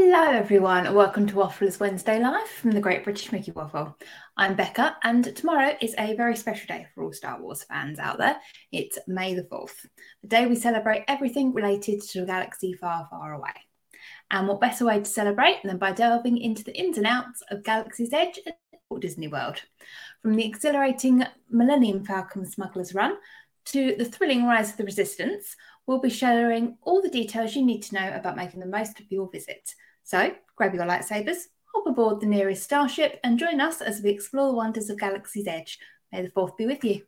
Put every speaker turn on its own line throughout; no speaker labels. everyone. Welcome to Wafflers Wednesday Live from the Great British Mickey Waffle. I'm Becca, and tomorrow is a very special day for all Star Wars fans out there. It's May the 4th, the day we celebrate everything related to the galaxy far, far away. And what better way to celebrate than by delving into the ins and outs of Galaxy's Edge at Walt Disney World? From the exhilarating Millennium Falcon Smuggler's Run to the thrilling Rise of the Resistance, we'll be sharing all the details you need to know about making the most of your visit. So grab your lightsabers, hop aboard the nearest starship, and join us as we explore the wonders of Galaxy's Edge. May the fourth be with you.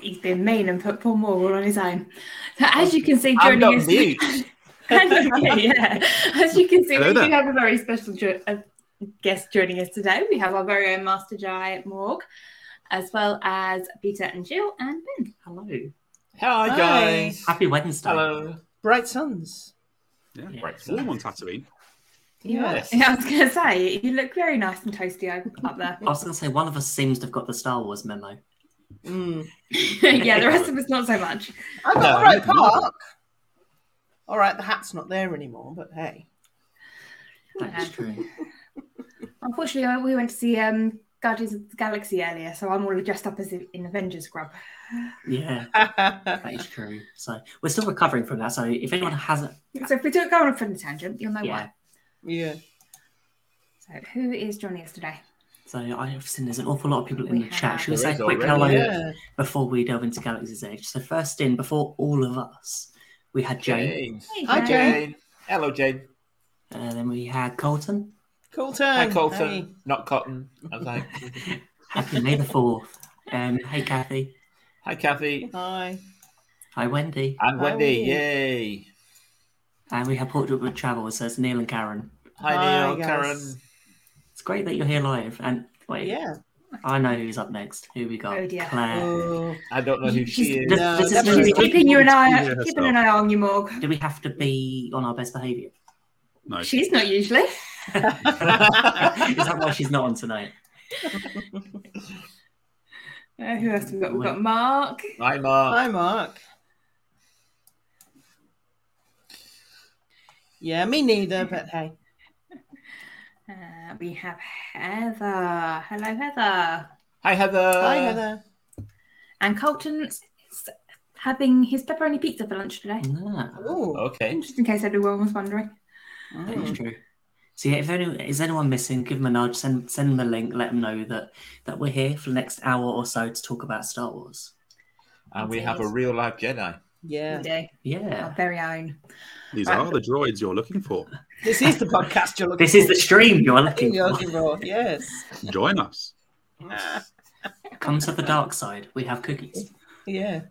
He's been mean and put Paul Moore all on his own. So as you can see
I'm
during
not
this,
mute.
yeah, as you can see,
Hello
we do
there.
have a very special jo- uh, guest joining us today. We have our very own Master Jai Morg, as well as Peter and Jill and Ben.
Hello.
Hi,
Hi.
guys.
Happy Wednesday.
Hello. Bright suns.
Yeah,
Yeah.
right. Warm on Tatooine.
Yes.
Yeah, I was going to say you look very nice and toasty up- up there.
I was going to say, one of us seems to have got the Star Wars memo.
Mm.
yeah, the rest of us not so much.
I got
No,
the right
no, no.
park. All right, the hat's not there anymore, but hey.
That's
true.
Unfortunately, I- we went to see um, Guardians of the Galaxy earlier, so I'm all dressed up as in in Avengers grub.
Yeah,
yeah,
that is true. So we're still recovering from that. So if anyone hasn't,
So if we don't go on a fun tangent, you'll know
yeah.
why. So who is joining us today?
So I have seen there's an awful lot of people in
We
the
have.
chat. Should we
There
say
is
a quick
already,
hello
yeah.
before we delve into Galaxy's Edge? So first in, before all of us, we had Jane,
Jane.
Hey,
Hi,
Jane.
Jane. Hello, Jane.
and then we had Colton.
Colton.
Hi, Colton. Not Cotton. I was like,
Happy May the Fourth. Um, hey Kathy.
hi, Kathy.
Hi.
Hi Wendy.
I'm
Hi,
Wendy.
Wendy.
Yay.
And we have Portrait with Travel. So it's Neil and Karen.
Hi,
Hi,
Neil.
guys.
Karen.
It's great that you're here live. And wait,
Yeah.
I know who's up next. Who we got?
Oh, dear.
Claire.
Oh,
I don't know who she is.
This-
No,
this is
that's
really
right.
tricky.
Keeping you an eye,
Peter
keeping an eye on you, Morg.
Do we have to be on our best behaviour?
No.
She's not usually.
Is that why she's not on tonight?
Uh, who else have we got? We've got Mark.
Hi, Mark.
Hi, Mark. Yeah, me neither, but hey.
Uh, we have Heather. Hello, Heather.
Hi, Heather.
Hi, Heather.
And Colton's having his pepperoni pizza for lunch today,
No,
Oh.
Okay.
just in case everyone was wondering.
Ah, that
Mm.
is true. So yeah, if anyone is anyone missing, give them a nudge. Send send them a link. Let them know that that we're here for the next hour or so to talk about Star Wars.
And we have a real life Jedi.
Yeah.
Today, our
Yeah,
very own.
These are the droids you're looking for.
This is the podcast you're looking
this is
for.
the stream you're looking
You're
for.
looking for. Yes.
Join us.
Come to the dark side. We have cookies.
Yeah.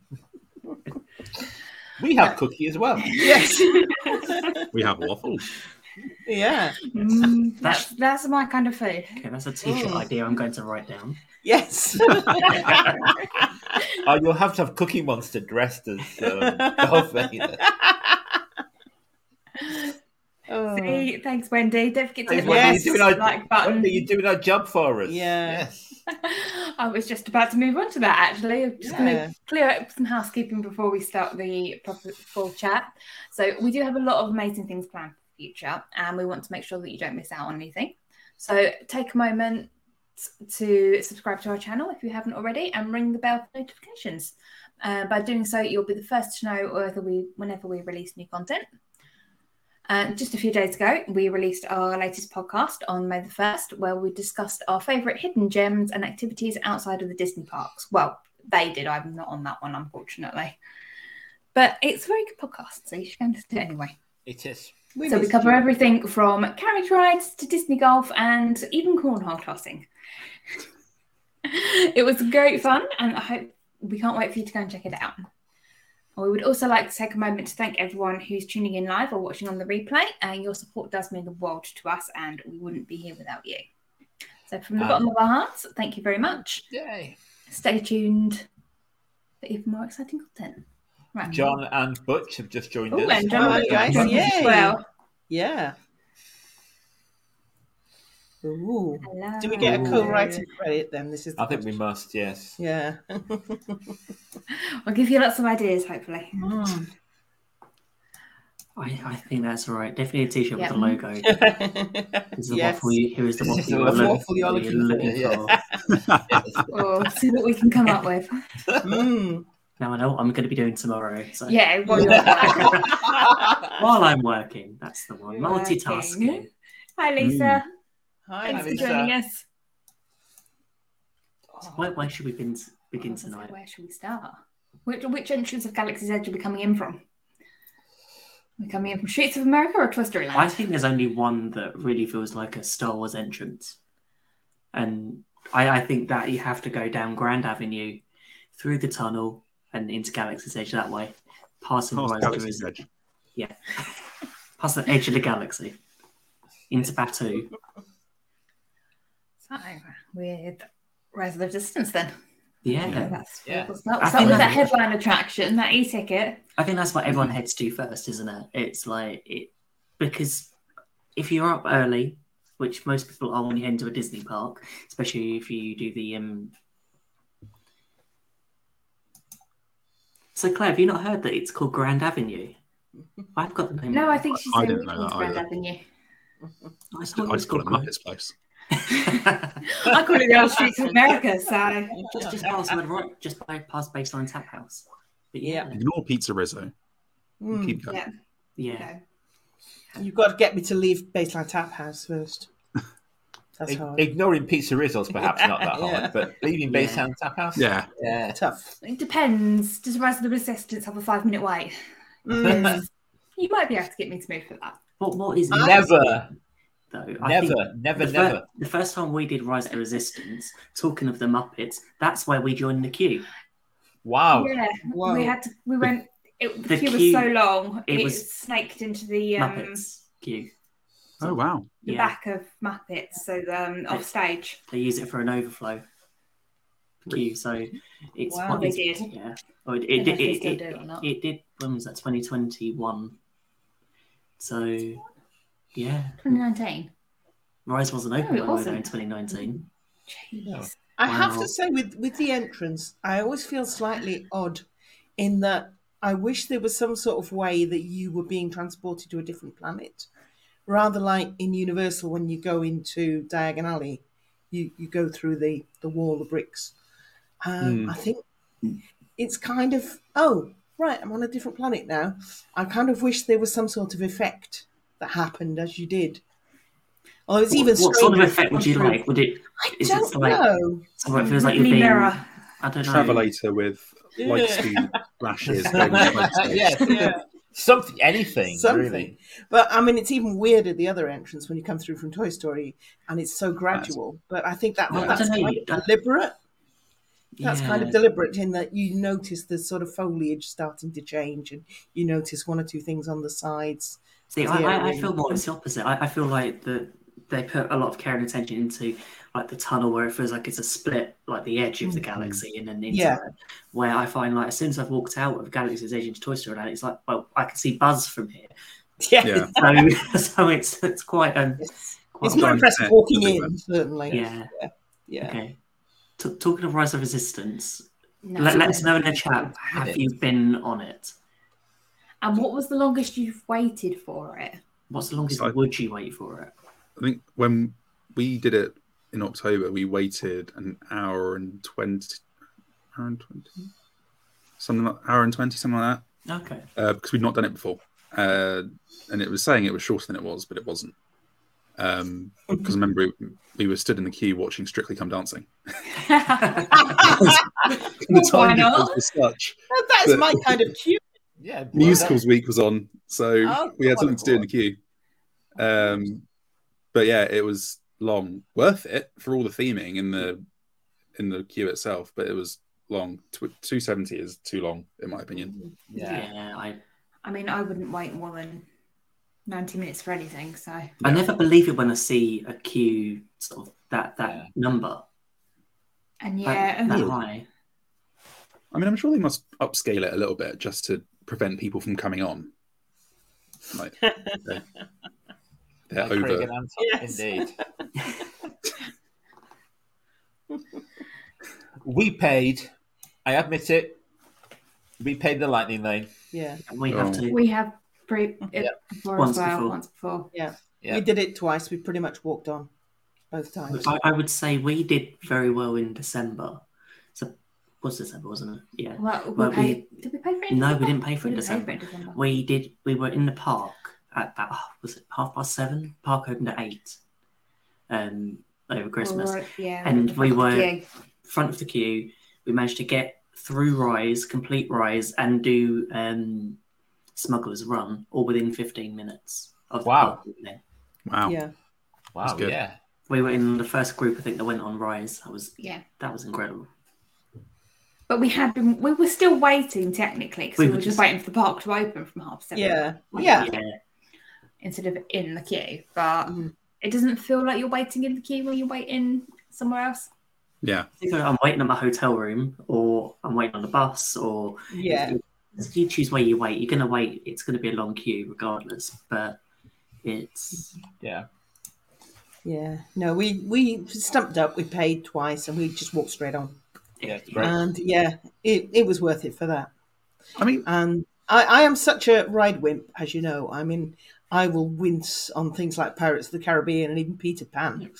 We have Cookie as well.
Yes.
We have waffles.
yeah.
Mm, that's,
That's-
that's my kind of food.
Okay, that's a t-shirt
Mm.
idea. I'm going to write down.
Yes.
Oh, you'll have to have Cookie Monster dressed as um, Darth Vader.
Oh.
See, thanks, Wendy. Don't forget to hit the
Wendy,
Yes,
you're doing our,
like button.
Wendy, you're doing our job for us.
Yeah.
Yes.
I was just about to move on to that actually. I'm just going
Yeah.
to clear up some housekeeping before we start the proper full chat. So, we do have a lot of amazing things planned for the future, and we want to make sure that you don't miss out on anything. So, take a moment to subscribe to our channel if you haven't already and ring the bell for notifications. Uh, by doing so, you'll be the first to know whether we, whenever we release new content. Uh, just a few days ago, we released our latest podcast on May the 1st, where we discussed our favourite hidden gems and activities outside of the Disney parks. Well, they did. I'm not on that one, unfortunately. But it's a very good podcast, so you should go and listen to it anyway.
It is.
We
so we
missed
cover
you.
everything from carriage rides to Disney golf and even cornhole tossing. it was great fun, and I hope we can't wait for you to go and check it out. We would also like to take a moment to thank everyone who's tuning in live or watching on the replay. Uh, your support does mean the world to us, and we wouldn't be here without you. So, from
Uh,
the
Um,
bottom of our hearts, thank you very much.
Yay.
Stay tuned for even more exciting content. Right.
John and Butch have just joined
Oh,
us.
and John,
Oh, okay.
John as
Yay.
well.
Yeah. Ooh.
Hello.
Do we get a cool writing credit then? This is. the
I think we
question.
must, yes.
Yeah.
We'll give you lots of ideas, hopefully.
I, I think that's all right. Definitely a T-shirt
Yeah.
with the logo. Is the
Yes.
waffle you, here is the
This
waffle,
is the
you're,
waffle
you're
looking, you're
looking
looking
for,
for.
yeah.
We'll see what we can come up with.
Mm.
Now I know what I'm going to be doing tomorrow. So
Yeah, while you're at work.
Hi,
while I'm working, that's the one.
You're working.
Multitasking.
Hi, Lisa. Thanks
Lisa.
for joining us. Oh.
Why, why should we begin, begin
So
tonight?
Where should we start? Which, which entrance of Galaxy's Edge are we coming in from? Are we coming in from Streets of America or Toy Story
I
Land?
think there's only one that really feels like a Star Wars entrance. And I, I think that you have to go down Grand Avenue, through the tunnel, and into Galaxy's Edge that way, passing
Past
by
Galaxy's
through-
Edge.
Yeah. Past the edge of the galaxy, into Batu.
So, with Rise of the Resistance then.
Yeah.
So that's
Yeah.
we'll start,
I
start
think
with that
that's-
headline attraction, that e-ticket.
I think that's what everyone heads to first, isn't it? It's like, it, because if you're up early, which most people are when you head to a Disney park, especially if you do the. um So, Claire, have you not heard that it's called Grand Avenue? I've got the name.
No, I think she's
I
saying
didn't
which
know
one's
that
Grand
either.
Avenue.
I,
I just call it Muppet's Place.
I call it the old Streets of America, so...
just just past Red Rock, just by, past Baseline Tap House. But yeah,
Ignore Pizza Rizzo.
Mm.
Keep going.
Yeah.
yeah.
Okay.
You've got to get me to leave Baseline Tap House first. That's
Ig-
hard.
Ignoring Pizza Rizzles, perhaps not that hard,
Yeah.
but leaving
Yeah.
Baytown Tap House?
Yeah.
Yeah.
Tough.
It depends. Does Rise of the Resistance have a five-minute wait?
Mm.
You might be able to get me to move for that.
What, what is
Never,
though? I think-
never, never,
The, fir-
never.
the first time we did Rise of the Resistance, talking of the Muppets, that's where we joined the queue.
Wow.
Yeah,
Wow.
we had to. We went. It, the,
Oh, The
queue,
queue-
was so long.
it
It,
was-
snaked into the um,
Muppets queue.
Oh wow.
the
Yeah,
back of Muppets, so um, off stage.
they use it for an overflow queue. So it's
Wow.
one
They
of these-
did.
Yeah, Oh, it,
I don't
it,
know if
it,
they
it,
still
it,
do it or not.
it did. When was that? Twenty twenty one. So yeah,
2019.
Rise wasn't
No,
open
it
when we were there
wasn't.
in twenty nineteen.
Jeez.
No.
I have
Wow.
to say, with with the entrance, I always feel slightly odd, in that I wish there was some sort of way that you were being transported to a different planet, rather like in Universal when you go into Diagon Alley, you you go through the the wall of bricks. Um,
Hmm.
I think it's kind of oh right, I'm on a different planet now. I kind of wish there was some sort of effect that happened as you did. Although it's
What,
even
what sort of
stranger
effect would you
through.
like? Would it?
I
Is it
don't
like-
know.
So it feels like you're
Lovely
being.
mirror.
I don't know.
Travelator with light
Yeah.
speed flashes going into space.
yes, yeah. Something, anything,
Something.
really.
But I mean, it's even weirder the other entrance when you come through from Toy Story, and it's so gradual. But I think that
Well, I
that's
don't know,
kind
you
of
don't-
deliberate. That's
Yeah.
kind of deliberate in that you notice the sort of foliage starting to change, and you notice one or two things on the sides.
See, I,
Yeah,
I, I
really.
feel more it's the opposite. I, I feel like that they put a lot of care and attention into like the tunnel where it feels like it's a split, like the edge of the galaxy, and then into
Yeah.
it, where I find like as soon as I've walked out of Galaxy's Edge into Toy Story Land, it's like, well, I can see Buzz from here.
Yeah,
Yeah.
So, so it's it's quite um,
it's,
quite
it's more
Well,
impressive
yeah,
walking
everywhere.
in, certainly.
yeah.
yeah.
Okay. T- talking of Rise of Resistance,
No.
let, let us know in the chat. Have you been on it?
And what was the longest you've waited for it?
What's the longest
I-
would you wait for it?
I think when we did it in October, we waited an hour and twenty, hour and twenty, something like hour and twenty, something like
Okay.
that, uh, because we'd not done it before, uh, and it was saying it was shorter than it was, but it wasn't. Um,
Hmm.
because I remember we, we were stood in the queue watching Strictly Come Dancing. the
Why
time
not?
difference was such.
that is my kind of cute.
Yeah, well,
Musicals week was on, so
Oh,
we had something to do in the queue. Um, but yeah, it was long, worth it for all the theming in the in the queue itself. But it was long. Two seventy is too long, in my opinion.
Yeah.
I,
I mean, I wouldn't wait more than 90 minutes for anything. So,
I never believe it when I see a queue sort of that that
Yeah.
number
and
that-
yeah,
that,
Yeah.
high.
I mean, I'm sure they must upscale it a little bit just to prevent people from coming on. Like, they're, they're
Like Craig
over.
and Anton,
Yes.
Indeed. we paid. I admit it. We paid the lightning lane.
Yeah,
And we have
Oh.
to.
we have pre- it before
Once
as well,
before.
once before.
yeah,
Yeah.
We did it twice. We pretty much walked on both times.
I, I would say we did very well in December. So was December, wasn't it? Yeah.
Well, we
Well, we-
paid, did we pay for it? in
No,
December?
we didn't pay for it in
didn't pay
December.
for it in December.
We did. We were in the park at about oh, was it half past seven? Park opened at eight. Um, over Christmas,
Or- yeah.
and we were
Yeah.
front of the queue. We managed to get through Rise, complete Rise, and do um, Smuggler's Run all within 15 minutes. Of the
Wow.
park opening.
Wow.
Yeah,
Wow.
good.
Yeah.
We were in the first group, I think, that went on Rise. That was
yeah.
that was incredible.
But we had been, we were still waiting technically because
We
we,
were
were just
just-
waiting for the park to open from half seven.
yeah, yeah.
Instead of in the queue. But
Mm.
it doesn't feel like you're waiting in the queue when you're waiting somewhere else.
Yeah.
I think I'm waiting at my hotel room, or I'm waiting on the bus, or
yeah.
you choose where you wait. You're going to wait. It's going to be a long queue regardless. But it's
Yeah.
Yeah, no, we we stumped up. We paid twice, and we just walked straight on.
Yeah, it's great.
And yeah, it, it was worth it for that.
I mean,
And I, I am such a ride wimp, as you know. I mean, I will wince on things like Pirates of the Caribbean and even Peter Pan,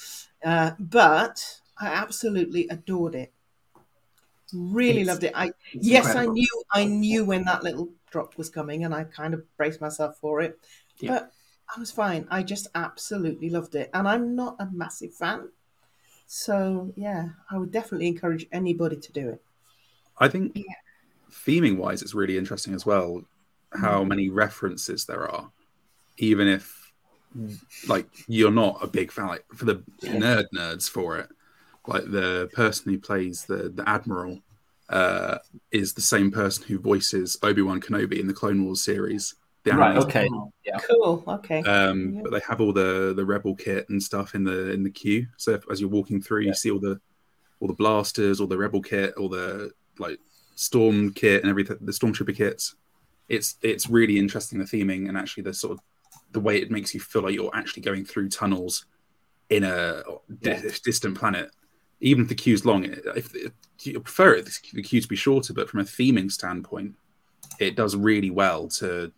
uh, but I absolutely adored it. Really
It's-
loved it. I
it's
yes, I
incredible.
knew I knew when that little drop was coming, and I kind of braced myself for it.
Yeah.
But I was fine. I just absolutely loved it, and I'm not a massive fan, so yeah, I would definitely encourage anybody to do it.
I think
Yeah.
theming wise, it's really interesting as well how many references there are, even if like you're not a big fan like for the nerd nerds for it. Like the person who plays the the admiral uh, is the same person who voices Obi Wan Kenobi in the Clone Wars series. The
Right.
animated
Okay.
Cool. Okay.
um,
Yeah.
but they have all the the rebel kit and stuff in the in the queue. So if, as you're walking through, you see all the all the blasters, all the rebel kit, all the like storm kit and everything, the stormtrooper kits. It's it's really interesting the theming and actually the sort of the way it makes you feel like you're actually going through tunnels in a di-
Yeah.
distant planet. Even if the queue's long, if, if you prefer it, the queue to be shorter, but from a theming standpoint, it does really well to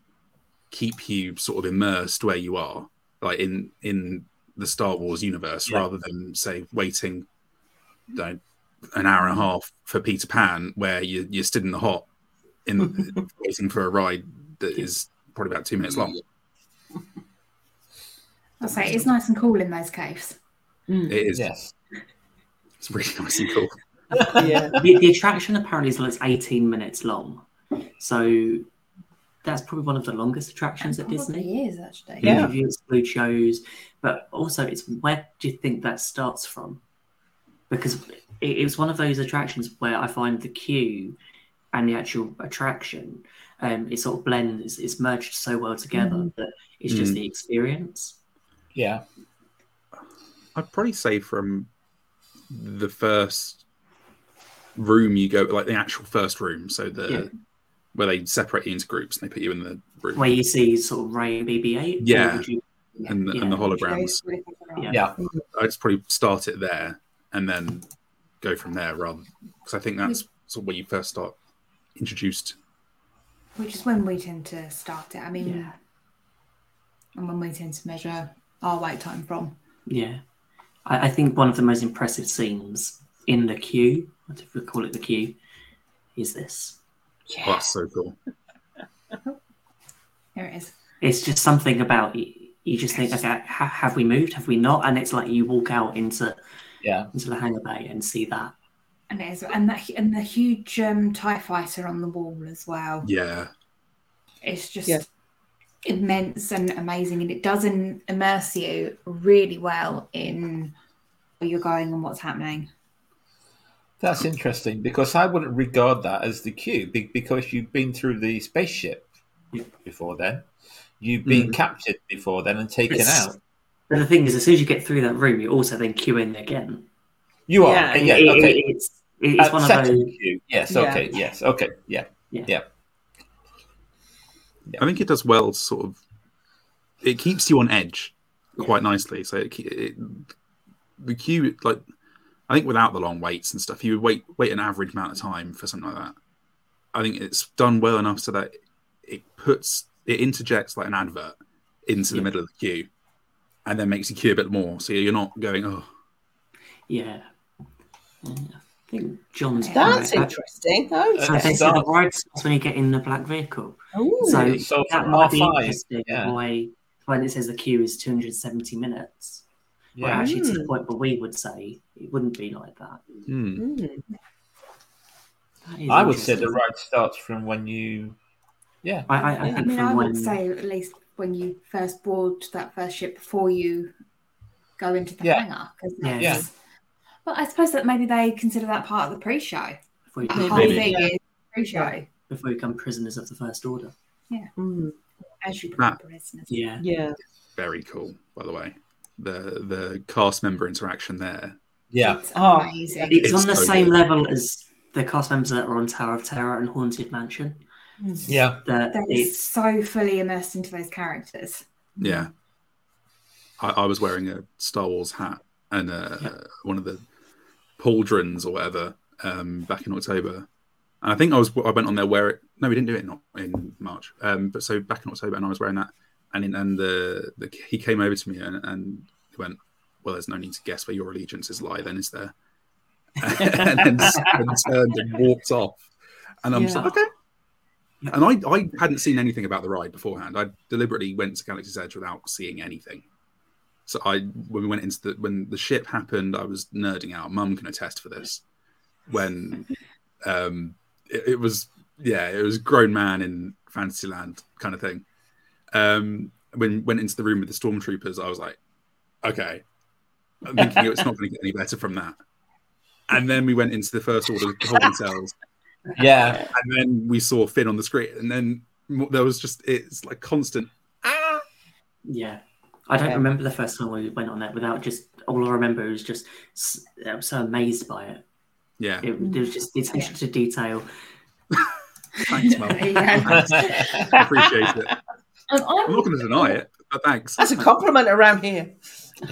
keep you sort of immersed where you are, like in in the Star Wars universe,
Yeah.
rather than say waiting you know, an hour and a half for Peter Pan, where you you're stood in the hot, in waiting for a ride that is probably about two minutes long.
I'll say it's nice and cool in those caves.
It is.
Yes.
It's really nice and cool.
yeah.
the, the attraction apparently is like 18 minutes long. So that's probably one of the longest attractions at Disney.
Probably is actually.
Yeah.
If you exclude shows, but also it's where do you think that starts from? Because it, it was one of those attractions where I find the queue and the actual attraction, um, it sort of blends, it's, it's merged so well together that it's just
Mm.
the experience.
Yeah.
I'd probably say from the first room you go, like the actual first room, so the
Yeah.
where they separate you into groups and they put you in the room
Where you see sort of Ray and BB-8. or
Yeah.
would you-
and, the, and the
Yeah.
holograms.
Yeah.
Yeah.
I'd just probably start it there and then go from there, rather because I think that's sort of where you first start introduced.
Which is when we tend to start it. I mean,
Yeah.
and when we tend to measure our wait time from.
Yeah. I, I think one of the most impressive scenes in the queue, what if we call it the queue, is this.
Oh, that's so cool.
There it is.
It's just something about y- you just think, okay, ha- have we moved? Have we not? And it's like you walk out into
Yeah.
into the hangar bay and see that.
And it is, and that and the huge um, Tie Fighter on the wall as well.
Yeah.
It's just
Yeah.
immense and amazing, and it does in, immerse you really well in where you're going and what's happening.
That's interesting because I wouldn't regard that as the queue be- because you've been through the spaceship before then. You've been captured before then and taken
It's-
out.
But the thing is, as soon as you get through that room, you also then queue in again.
You are.
Yeah.
Yeah,
It- it-
okay.
it's it's
Uh,
one of
second
those.
queue. Yes,
Yeah.
okay. Yes, okay. Yeah.
I think it does well to sort of it keeps you on edge quite nicely. So it, ke- it the queue like I think without the long waits and stuff, you would wait wait an average amount of time for something like that. I think it's done well enough so that it puts it interjects like an advert into the
Yeah.
middle of the queue, and then makes you queue a bit more. So you're not going oh
Yeah. Yeah, I think John's.
That's
correct.
interesting. Oh,
So they
That's
said the
dark.
ride starts when you get in the black vehicle.
ooh.
So
Ooh, so
that
for
might be
R5,
interesting.
yeah.
Why when it says the queue is 270 minutes? Well,
Yeah.
actually, to the
Mm.
point where we would say it wouldn't be like that.
hmm,
Mm.
That is
I would say the
interesting.
ride starts from when you. Yeah.
I, I, I
I
think
mean,
from
I would
when-
say at least when you first board that first ship before you go into the
Yeah.
hangar. 'cause
Yeah.
that's- But I suppose that maybe they consider that part of the pre-show.
before we,
The whole
become,
Maybe.
thing
Yeah.
is pre-show,
before we become prisoners of the First Order.
Mm.
as you
That-
remember, isn't it?
Yeah.
Yeah.
very cool by the way the the cast member interaction there
Yeah.
It's
Oh,
amazing.
It's,
It's
on the
so
same
good.
level as the cast members that are on Tower of Terror and Haunted Mansion.
Mm.
Yeah.
That
They're
it's
so fully immersed into those characters.
Yeah. I, I was wearing a Star Wars hat and uh,
Yeah.
one of the pauldrons or whatever um, back in October. And I think I was I went on there wear it. No, we didn't do it not in March. Um, but so back in October, and I was wearing that. And in, and the, the he came over to me and, and he went, "Well, there's no need to guess where your allegiances lie, then, is there?" and then s- and turned and walked off. And I'm just
Yeah.
like, okay. And I, I hadn't seen anything about the ride beforehand. I deliberately went to Galaxy's Edge without seeing anything. So I, when we went into the, when the ship happened, I was nerding out. Mum can attest for this. When, um, it, it was yeah, it was grown man in Fantasyland kind of thing. Um, when went into the room with the stormtroopers, I was like, okay, I'm thinking it's not going to get any better from that. And then we went into the first order of holding cells,
Yeah.
and then we saw Finn on the screen, and then m- there was just it's like constant. Ah!
yeah. I don't
Yeah.
remember the first time we went on that without just all I remember was just s- I was so amazed by it.
Yeah,
It, it was just the attention to detail.
thanks, Mum.
There you go.
I appreciate it.
And
I'm
I'm,
not going to deny it, but thanks.
That's a compliment around here.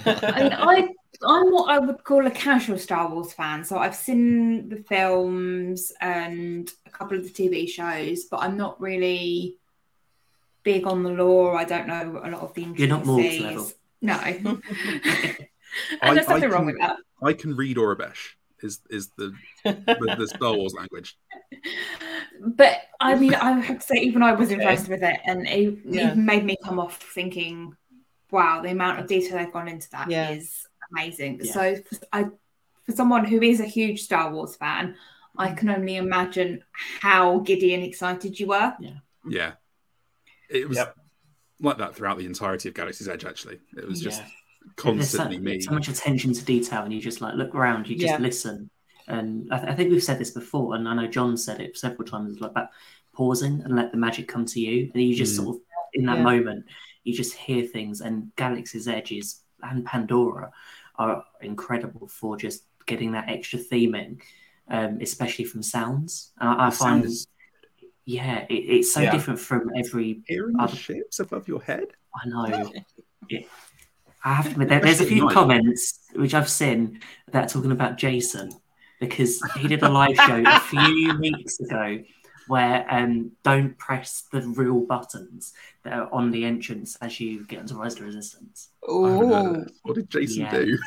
I mean, I, I'm what I would call a casual Star Wars fan. So I've seen the films and a couple of the TV shows, but I'm not really big on the lore. I don't know a lot of the
You're not Morgs
intricacies.
level.
No. and there's
I
nothing wrong
can-
with that.
I can read Orabesh. Is is the the, the Star Wars language?
But I mean, I have to say, even I was
Okay.
impressed with it, and it,
Yeah.
it made me come off thinking, "Wow, the amount of detail they've gone into that is
Yeah.
amazing."
Yeah.
So, for, I, for someone who is a huge Star Wars fan, I
Mm.
can only imagine how giddy and excited you were.
Yeah, it was
Yep.
like that throughout the entirety of Galaxy's Edge. Actually, it was just
Yeah. There's so-
constantly me.
so, much attention to detail, and you just like look around, you just
Yeah.
listen. And I, th- I think we've said this before, and I know John said it several times, like that pausing and let the magic come to you, and you just
Mm.
sort of in that
Yeah.
moment, you just hear things. And Galaxy's Edges and Pandora are incredible for just getting that extra theming, um, especially from sounds. And I, I
The
find,
sounds-
yeah, it, it's so
Yeah.
different from every
hearing
Other-
the ships above your head.
I know. It- I have to admit, there, there's a
Especially
few
night.
comments which I've seen that are talking about Jason because he did a live show a few weeks ago where um, don't press the real buttons that are on the entrance as you get into Rise of the Resistance.
I haven't heard of
Oh,
that. What did Jason
Yeah.
do?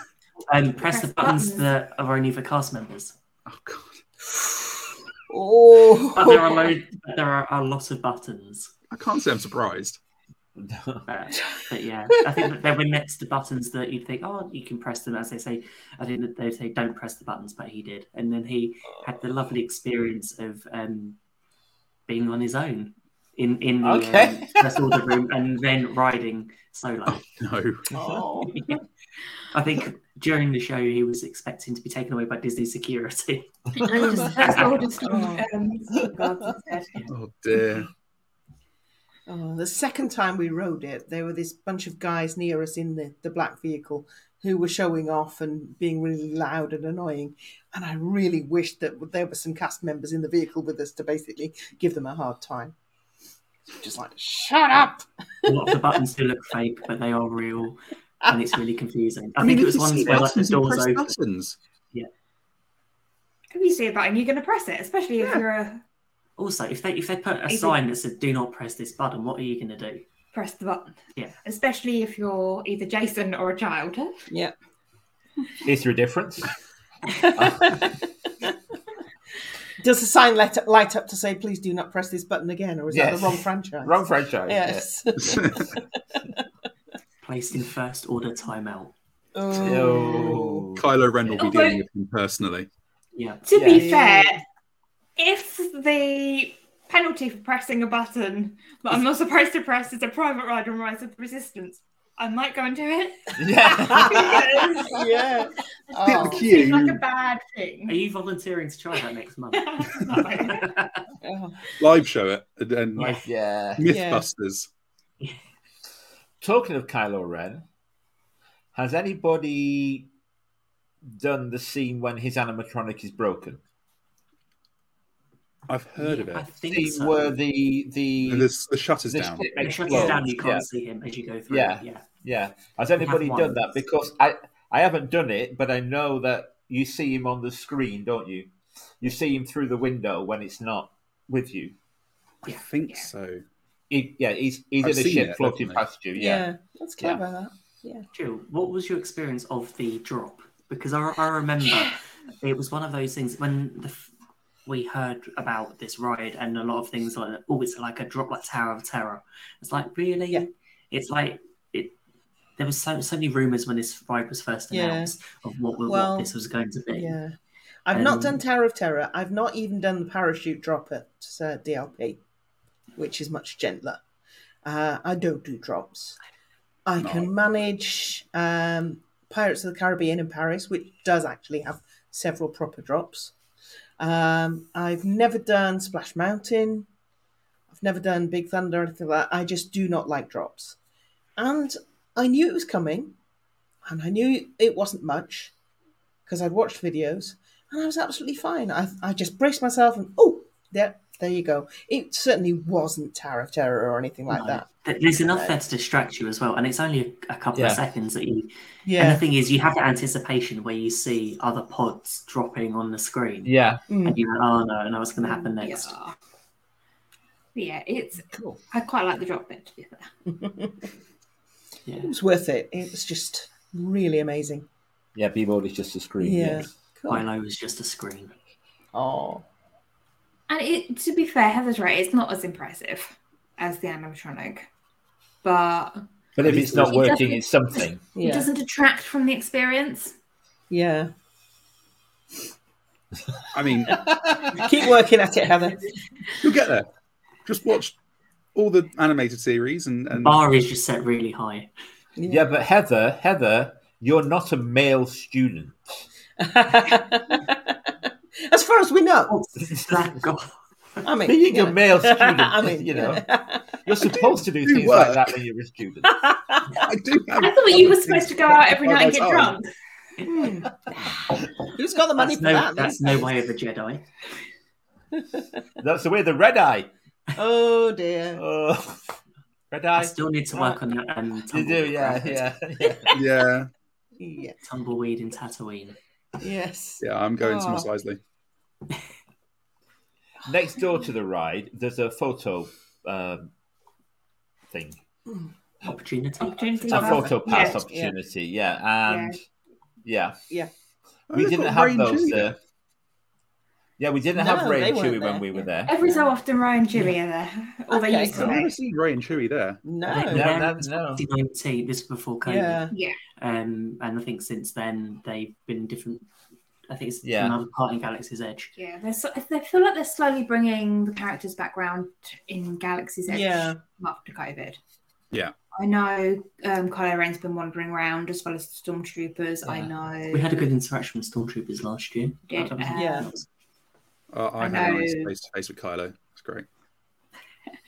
Um, press, the
Press
buttons,
buttons.
that are only for cast members.
Oh god.
oh.
But there are, loads, but there are a lot of buttons.
I can't say I'm surprised.
But, but yeah, I think that there were next to buttons that you'd think, oh, you can press them. As they say, I think that they say, don't press the buttons, but he did. And then he had the lovely experience of um, being on his own in, in the
Okay.
um, first order room and then riding solo.
No.
Oh,
I think during the show, he was expecting to be taken away by Disney security.
And just that's all just
Oh.
um, safeguards instead.
Oh dear.
Oh, the second time we rode it, there were this bunch of guys near us in the, the black vehicle who were showing off and being really loud and annoying. And I really wished that there were some cast members in the vehicle with us to basically give them a hard time. Just like, shut up!
A lot of the buttons do look fake, but they are real. And it's really confusing. I
And
think
you
it was
can
ones
see
where like, the
buttons and
doors
press
open.
buttons.
If you see a button, you're going to press it, especially if you're a
Also, if they if they put a
Easy.
sign that said "Do not press this button," what are you going to do?
press the button.
Yeah.
Especially if you're either Jason or a child.
Yeah.
is there a difference?
Does the sign light up, light up to say, please do not press this button again? Or is that
Yes.
the wrong franchise?
Wrong franchise.
Yes.
Placed in first order timeout.
yeah.
Oh.
Oh.
Kylo Ren will be
Although-
dealing with him personally.
Yeah,
To be
Yeah.
fair, if the penalty for pressing a button that I'm not supposed to press is a private ride and rise of resistance, I might go and do it.
Yeah.
yeah.
It
Oh.
doesn't seem like a bad
are
thing.
you volunteering to try that next month?
Not really.
Oh.
Live show it and, and
Like, yeah.
Mythbusters.
Talking of Kylo Ren, has anybody done the scene when his animatronic is broken?
I've heard of
I
it.
think
The
so.
where the the
There's the shutters
the
down.
ship
It shuts
explodes,
down. You can't
yeah.
see him as you go through.
Yeah.
it, yeah.
Yeah. Has anybody
one.
done that? Because I, I haven't done it, but I know that you see him on the screen, don't you? You see him through the window when it's not with you.
I think so.
He, yeah, he's, he's
I've
in a
seen
ship
it,
floating
definitely.
past you.
Yeah.
Yeah.
That's
Yeah.
clever, that.
Jill, what was your experience of the drop? Because I, I remember it was one of those things when the, f- we heard about this ride and a lot of things like, oh, it's like a drop like Tower of Terror. It's like, really?
Yeah.
It's like, it. there was so, so many rumors when this ride was first
Yeah.
announced of what, what
Well,
this was going to be.
Yeah. I've not
Um,
done Tower of Terror. I've not even done the parachute drop at uh, DLP, which is much gentler. Uh, I don't do drops. I
No.
can manage um, Pirates of the Caribbean in Paris, which does actually have several proper drops. Um, I've never done Splash Mountain. I've never done Big Thunder or anything like that. I just do not like drops. And I knew it was coming, and I knew it wasn't much because I'd watched videos and I was absolutely fine. I, I just braced myself and oh, there, there you go. It certainly wasn't Tower of Terror or anything like
No.
that.
Th- There's enough
Right.
there to distract you as well, and it's only a, a couple of
Yeah.
seconds that you. And the
Yeah,
thing is, you have that anticipation where you see other pods dropping on the screen,
Yeah.
and you're like, "Oh no!" And what's going to happen next?
Yeah. Yeah, it's.
Cool.
I quite like the drop bit. To be fair.
Yeah.
it was worth it. It was just really amazing.
Yeah, B-Board is just a screen.
Yeah.
yes.
Cool.
Milo was just a screen.
Oh,
And it, to be fair, Heather's right. It's not as impressive as the animatronic, but
But if it's not
It
working,
doesn't-
it's something.
it
yeah,
doesn't detract from the experience.
yeah.
I mean,
Keep working at it, Heather.
you'll get there. Just watch all the animated series and, and
Bar is just set really high.
Yeah, but Heather, Heather, you're not a male student.
as far as we know,
Thank God.
I mean,
Being
you
a
know.
male student,
I mean,
you know,
yeah.
you're supposed to do
do
things
work.
like that when you're a student.
I do have
I thought you were
other
supposed
things
to go out every night
occupy
and
my
get
time.
drunk.
Hmm. Who's got the money
That's
for
no,
that?
that's
these
no
days?
way of a Jedi.
That's the way the red eye.
Oh dear.
Oh, red
I
eye.
still need to work on that. Um,
You
tumbleweed
do, yeah,
graphic.
yeah, yeah.
Yeah,
Yeah.
Tumbleweed in Tatooine.
Yes.
yeah, I'm going to
Oh.
Miss Isley.
Next door to the ride, there's a photo um, thing,
Opportunity.
Opportunity
a
pass.
photo pass
Yeah.
opportunity. Yeah, and yeah,
Oh,
we
they've
didn't
got
have
Rain
those uh,
Junior.
there. Yeah, we didn't have
No,
Ray
they
and Chewy
weren't
when
there.
we were there.
Every so often, Ryan and Chewy are there. Or they
Okay,
used to
I've
cool.
be.
never seen Ray and Chewy there.
No.
They were
no,
there
no,
in
no.
2019, this is before COVID.
Yeah.
Um, and I think since then they've been different. I think it's
Yeah.
another part in Galaxy's Edge.
Yeah, they're so, they feel like they're slowly bringing the characters back round in Galaxy's Edge
Yeah.
after COVID.
Yeah.
I know um, Kylo Ren's been wandering around as well as the Stormtroopers. I
Yeah.
know.
We had a good interaction with Stormtroopers last year.
Yeah.
I don't know.
Yeah.
That was-
Uh, I,
I
had a
know.
nice face to face with Kylo. It's great.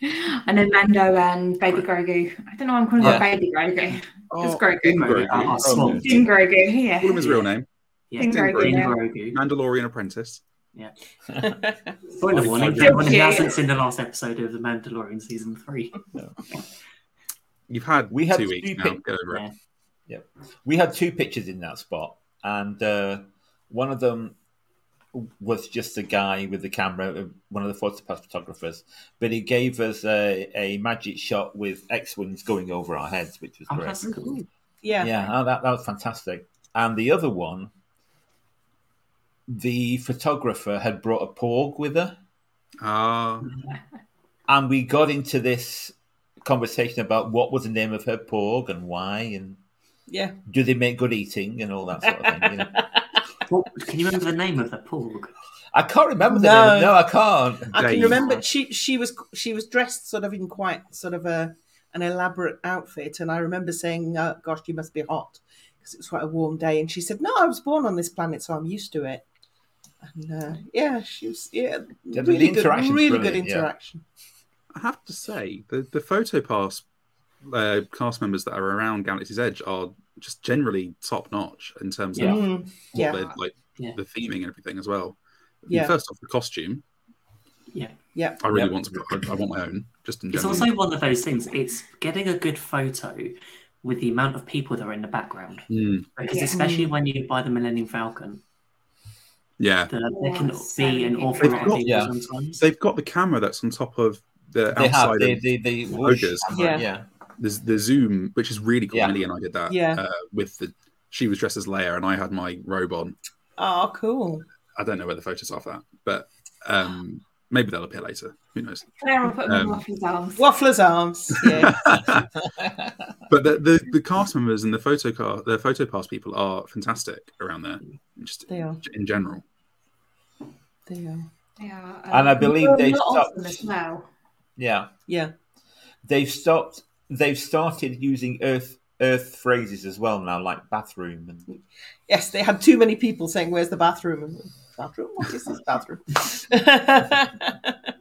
I know Mando and Baby Grogu. I don't know why I'm calling
Yeah.
him Baby Grogu. It's
Oh,
Grogu.
Din
Grogu.
Grogu.
Oh, Swamp.
Din Grogu, yeah.
Call him his real name.
Yeah.
Din
Grogu,
Din
yeah.
Grogu.
Mandalorian apprentice.
Spoiler warning for
Spoiler
anyone who
warning.
hasn't seen the last episode of The Mandalorian season three.
You've had
We had
two weeks
two
now.
pick-
Get over it.
Yeah.
we had two pictures in that spot, and uh, one of them was just a guy with the camera, uh, one of the photopass photographers, but he gave us a, a magic shot with X wings going over our heads, which was
Oh,
great.
that's cool.
Yeah.
Yeah, oh, that, that was fantastic. And the other one, the photographer had brought a porg with her,
Ah,
and we got into this conversation about what was the name of her porg and why, and
Yeah.
do they make good eating and all that sort of thing. You know?
What, can you remember the name of the porg?
I can't remember the
No.
name. No, I can't.
I can
Dave.
remember she she was she was dressed sort of in quite sort of a an elaborate outfit, and I remember saying, oh, "Gosh, you must be hot," because it was quite a warm day. And she said, "No, I was born on this planet, so I'm used to it." And uh, yeah, she was yeah,
Yeah, the-
really
the
good,
interaction's
really good
brilliant, yeah.
interaction.
I have to say the the PhotoPass uh, cast members that are around Galaxy's Edge are just generally top notch in terms
Yeah.
of what
Mm, yeah.
they're- like
Yeah.
the theming and everything as well. I mean,
Yeah.
First off, the costume.
Yeah.
Yeah.
I really
Yeah.
want to. I, I want my own. Just in
It's
general.
also one of those things. It's getting a good photo with the amount of people that are in the background.
Mm,
Because
Yeah.
especially when you buy the Millennium Falcon,
yeah,
the, there can
so
be an
many
awful lot of
people.
people
Yeah.
sometimes.
they've got the camera that's on top of the
They have
outside
the
of
the, the
Ogres.
yeah.
Yeah.
yeah.
the, the zoom, which is really cool.
Yeah.
Millie and I did that.
Yeah.
Uh, with the she was dressed as Leia and I had my robe on.
Oh, cool.
I don't know where the photos are for that, but um, maybe they'll appear later. Who knows?
Claire will put him
Um,
in Waffles' arms.
Waffler's arms. Yeah.
But the, the, the cast members and the photo car, the photo pass people are fantastic around there, just
They are.
in general.
They are.
Yeah, um,
And I believe they
not
stopped-
awesome as well.
Yeah.
Yeah.
They've stopped. They've started using Earth Earth phrases as well now, like bathroom and
Yes, they had too many people saying, "Where's the bathroom?" And bathroom, what is this bathroom?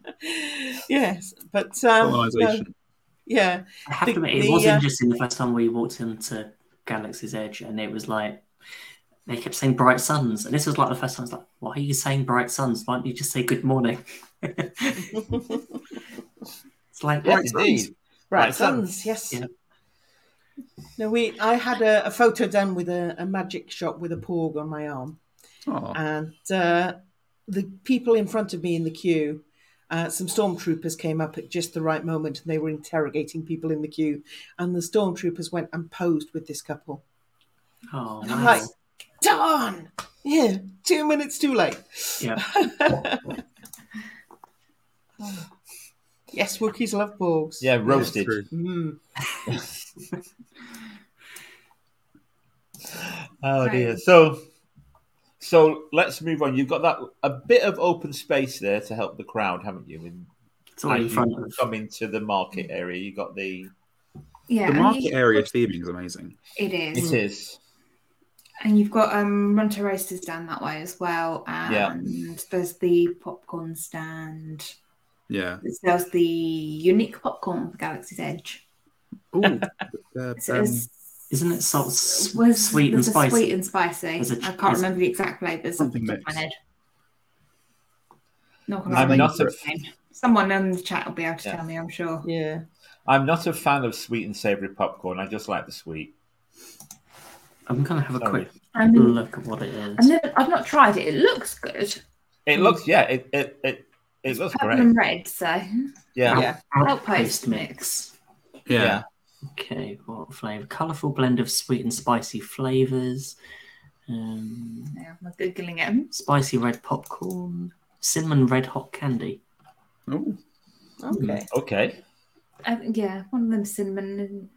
yes, but um, no,
Colonization.
yeah,
I have
The-
to admit, it
the,
was
uh,
interesting the first time we walked into Galaxy's Edge, and it was like they kept saying bright suns, and this was like the first time. I was like, why are you saying bright suns? Why don't you just say good morning? it's like
yeah,
Right,
indeed.
right,
Right,
sons.
sons.
Yes.
Yeah.
No, we. I had a, a photo done with a, a magic shot with a porg on my arm,
Oh,
and uh, the people in front of me in the queue, uh, some stormtroopers came up at just the right moment, and they were interrogating people in the queue. And the stormtroopers went and posed with this couple.
oh,
And I'm
wow.
like, darn! Yeah, two minutes too late.
yeah.
Yes, Wookiees love Borgs.
Yeah, roasted.
true.
Mm.
Right.
oh Oh, dear. So, so let's move on. You've got that a bit of open space there to help the crowd, haven't you? And
It's all in
as
front
you
of.
come into the market area, you got the.
Yeah,
the
and
market
you-
area theming is amazing.
It is.
It is.
And you've got um Monte Roasters down that way as well. And
Yeah.
there's the popcorn stand.
Yeah.
There's the unique popcorn for Galaxy's Edge.
Ooh, the,
So
um,
it's-
Isn't it sort of s-
was
sweet and
there's a
spicy?
Sweet and spicy.
There's a-
I can't remember the exact flavours off the
Something
top of my
mixed.
head. Not gonna
I'm
remember
not a.
the name. Someone in the chat will be able to
Yeah.
tell me, I'm sure.
Yeah.
I'm not a fan of sweet and savory popcorn. I just like the sweet.
I'm gonna have a
Sorry.
quick
Um,
look at what it is.
I've, never, I've not tried it. It looks good.
Mm.
It looks, yeah, it it it, it looks
Purple
great.
and red, so
Yeah,
Yeah.
Outpost
Outpost
mix.
yeah.
yeah.
Okay, what flavour? Colourful blend of sweet and spicy flavours. Um,
yeah, I'm googling it.
spicy red popcorn. cinnamon red hot candy.
Oh,
Hmm.
Okay.
Okay.
Uh, yeah, one of them cinnamon. And...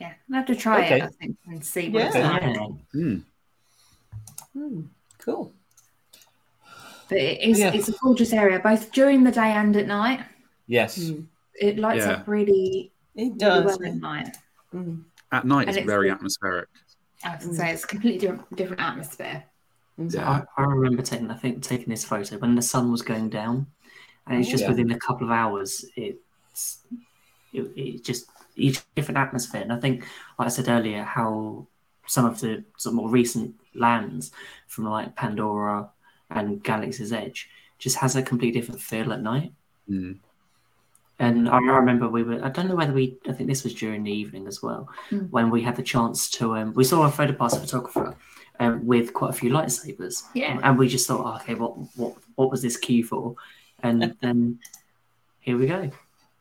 Yeah, I'll have to try
Okay.
it, I think, and see what it's
Yeah.
like.
Yeah.
mm.
Hmm. Cool.
But it is,
Yeah.
it's a gorgeous area, both during the day and at night.
Yes.
Hmm.
It lights
Yeah.
up really,
It
really
does.
well at night.
Hmm.
at night
And
it's
it's-
very atmospheric.
I have to
Mm.
say, it's a completely different, different atmosphere.
hmm.
Yeah,
I, I remember taking, I think, taking this photo when the sun was going down, and it's just
Yeah.
within a couple of hours, it's it, it just each different atmosphere. And I think, like I said earlier, how some of the sort of more recent lands from like Pandora and Galaxy's Edge just has a completely different feel at night.
Mm.
And I remember we were, I don't know whether we, I think this was during the evening as well,
Mm.
when we had the chance to, um, we saw a photo pass a photographer um, with quite a few lightsabers.
Yeah.
And we just thought, oh, okay, what, what, what was this cue for? And then here we go.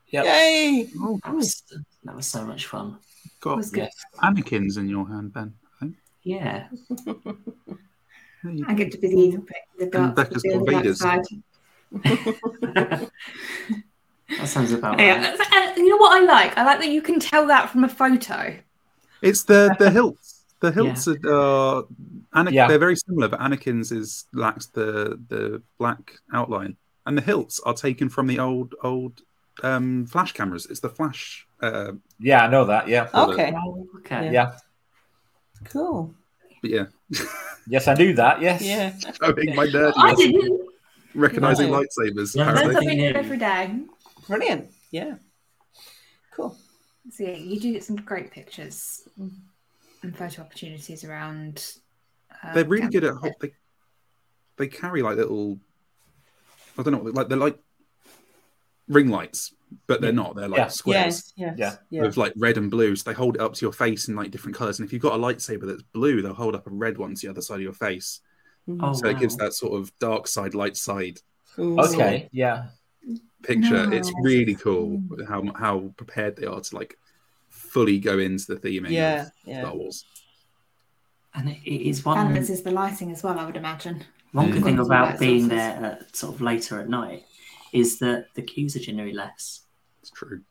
Yep.
Yay!
That was, that was so much fun.
It
got
Oh, was good.
Anakin's in your hand, Ben. I think.
Yeah.
There you
I get to be the
Mm.
evil bit, the dark,
Becca's
the
got
dark
Vader's.
side.
that sounds about right.
Yeah. And You know what I like? I like that you can tell that from a photo.
It's the the hilts. The hilts are uh, Anakin,
Yeah.
they're very similar, but Anakin's is lacks the the black outline, and the hilts are taken from the old old um, flash cameras. It's the flash. Uh,
Yeah, I know that. Yeah.
Well,
Okay.
Oh, okay.
Yeah.
Cool.
but yeah,
Yes, I knew that. Yes.
Yeah.
showing my
I
nerdiness,
didn't.
recognizing
No.
lightsabers.
Yeah,
Learn
that's
apparently.
something new
new.
every day.
Brilliant. Yeah. Cool.
So yeah, you do get some great pictures and photo opportunities around. uh,
Um,
They're really good at
Canada.
ho- they they carry like little. I don't know, like they're like ring lights, but they're not. They're like
Yeah.
squares.
Yes. Yes.
Yeah.
Yeah.
with like red and blue. So they hold it up to your face in like different colors. And if you've got a lightsaber that's blue, they'll hold up a red one to the other side of your face.
Oh,
So it gives
wow.
that sort of dark side, light side
Hmm. Ooh.
Okay. Yeah.
picture. It's
Nice.
really cool how how prepared they are to like fully go into the theming
Yeah.
of
Yeah.
Star Wars.
And it, it is one.
balances the lighting as well. I would imagine.
One
Mm.
good thing
Quite a lot
about
of
being
sources.
there at, sort of later at night is that the queues are generally less.
It's true.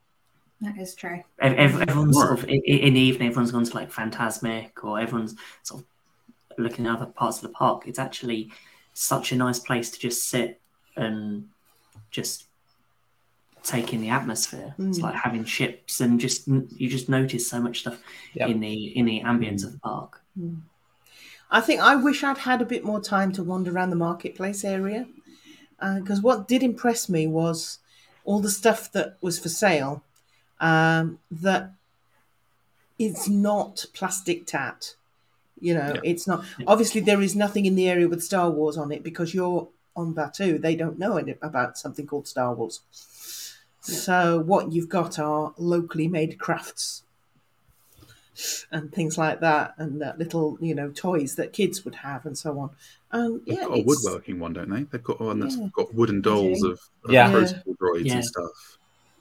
That is true.
Ev- ev- Everyone's
Right.
sort of i- i- in the evening. Everyone's gone to like Phantasmic, or everyone's sort of looking at other parts of the park. It's actually such a nice place to just sit and just take in the atmosphere. It's
Mm.
like having chips and just you just notice so much stuff
Yeah.
in the in the ambience of the park.
I think I wish I'd had a bit more time to wander around the marketplace area because Uh, what did impress me was all the stuff that was for sale um, that it's not plastic tat. You know,
Yeah.
it's not.
Yeah.
Obviously, there is nothing in the area with Star Wars on it because you're on Batu. They don't know any- about something called Star Wars. So, what you've got are locally made crafts and things like that, and uh, little, you know, toys that kids would have and so on. And
They've
yeah,
got a
it's-
woodworking one, don't they? They've got one that's
Yeah.
got wooden dolls
do.
of, of
Yeah.
protocol droids
Yeah.
and stuff.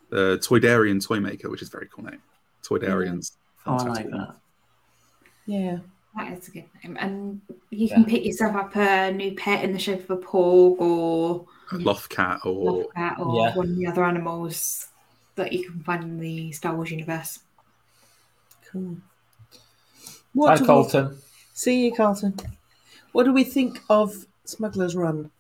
The Toydarian Toy Maker, which is a very cool name. Toydarians.
Oh, I
Fantastic
like
name.
that.
Yeah.
That is a good name, and you can
Yeah.
pick yourself up a new pet in the shape of a porg or
A Lothcat or
Lobcat or
Yeah.
one of the other animals that you can find in the Star Wars universe.
Cool.
Hi,
What do we,
Colton.
see you, Carlton. What do we think of Smuggler's Run?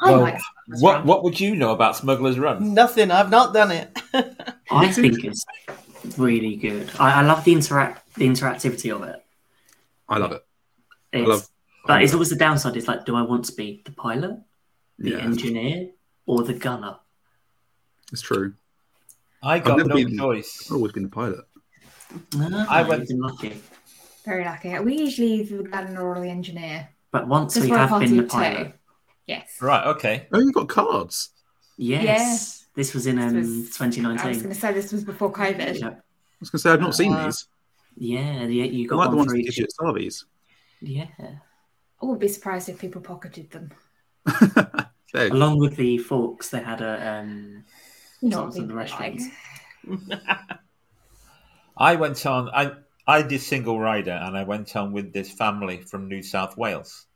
I
Well,
like Smuggler's
What
Run.
What would you know about Smuggler's Run?
Nothing. I've not done it.
I think it's really good. I, I love the interact the interactivity of it.
I love it.
It's,
love-
but
I
it's
love
always the downside. It's like, do I want to be the pilot, the
Yeah,
engineer, or the gunner?
it's true.
I got
never
no
been-
choice.
I've always been a pilot.
I
Ah.
I
went-
went been lucky,
Very lucky. We usually either the gardener or the engineer.
but once
Because
we
we're a
have
party
been the
of two.
pilot,
Yes.
Right. Okay.
Oh, you got cards.
yes,
Yes.
this was in um,
This was- I was going
2019.
to say this was before COVID.
Yeah,
I was going to say I've not seen
Uh,
these.
yeah, yeah,
I
you got
like the
one
ones
for
that give
each.
you at Starbucks.
Yeah,
I wouldn't be surprised if people pocketed them.
There.
along with the forks, they had a um,
You know what
Sounds like the
people like.
restaurants.
I went on. I I did single rider, and I went on with this family from New South Wales,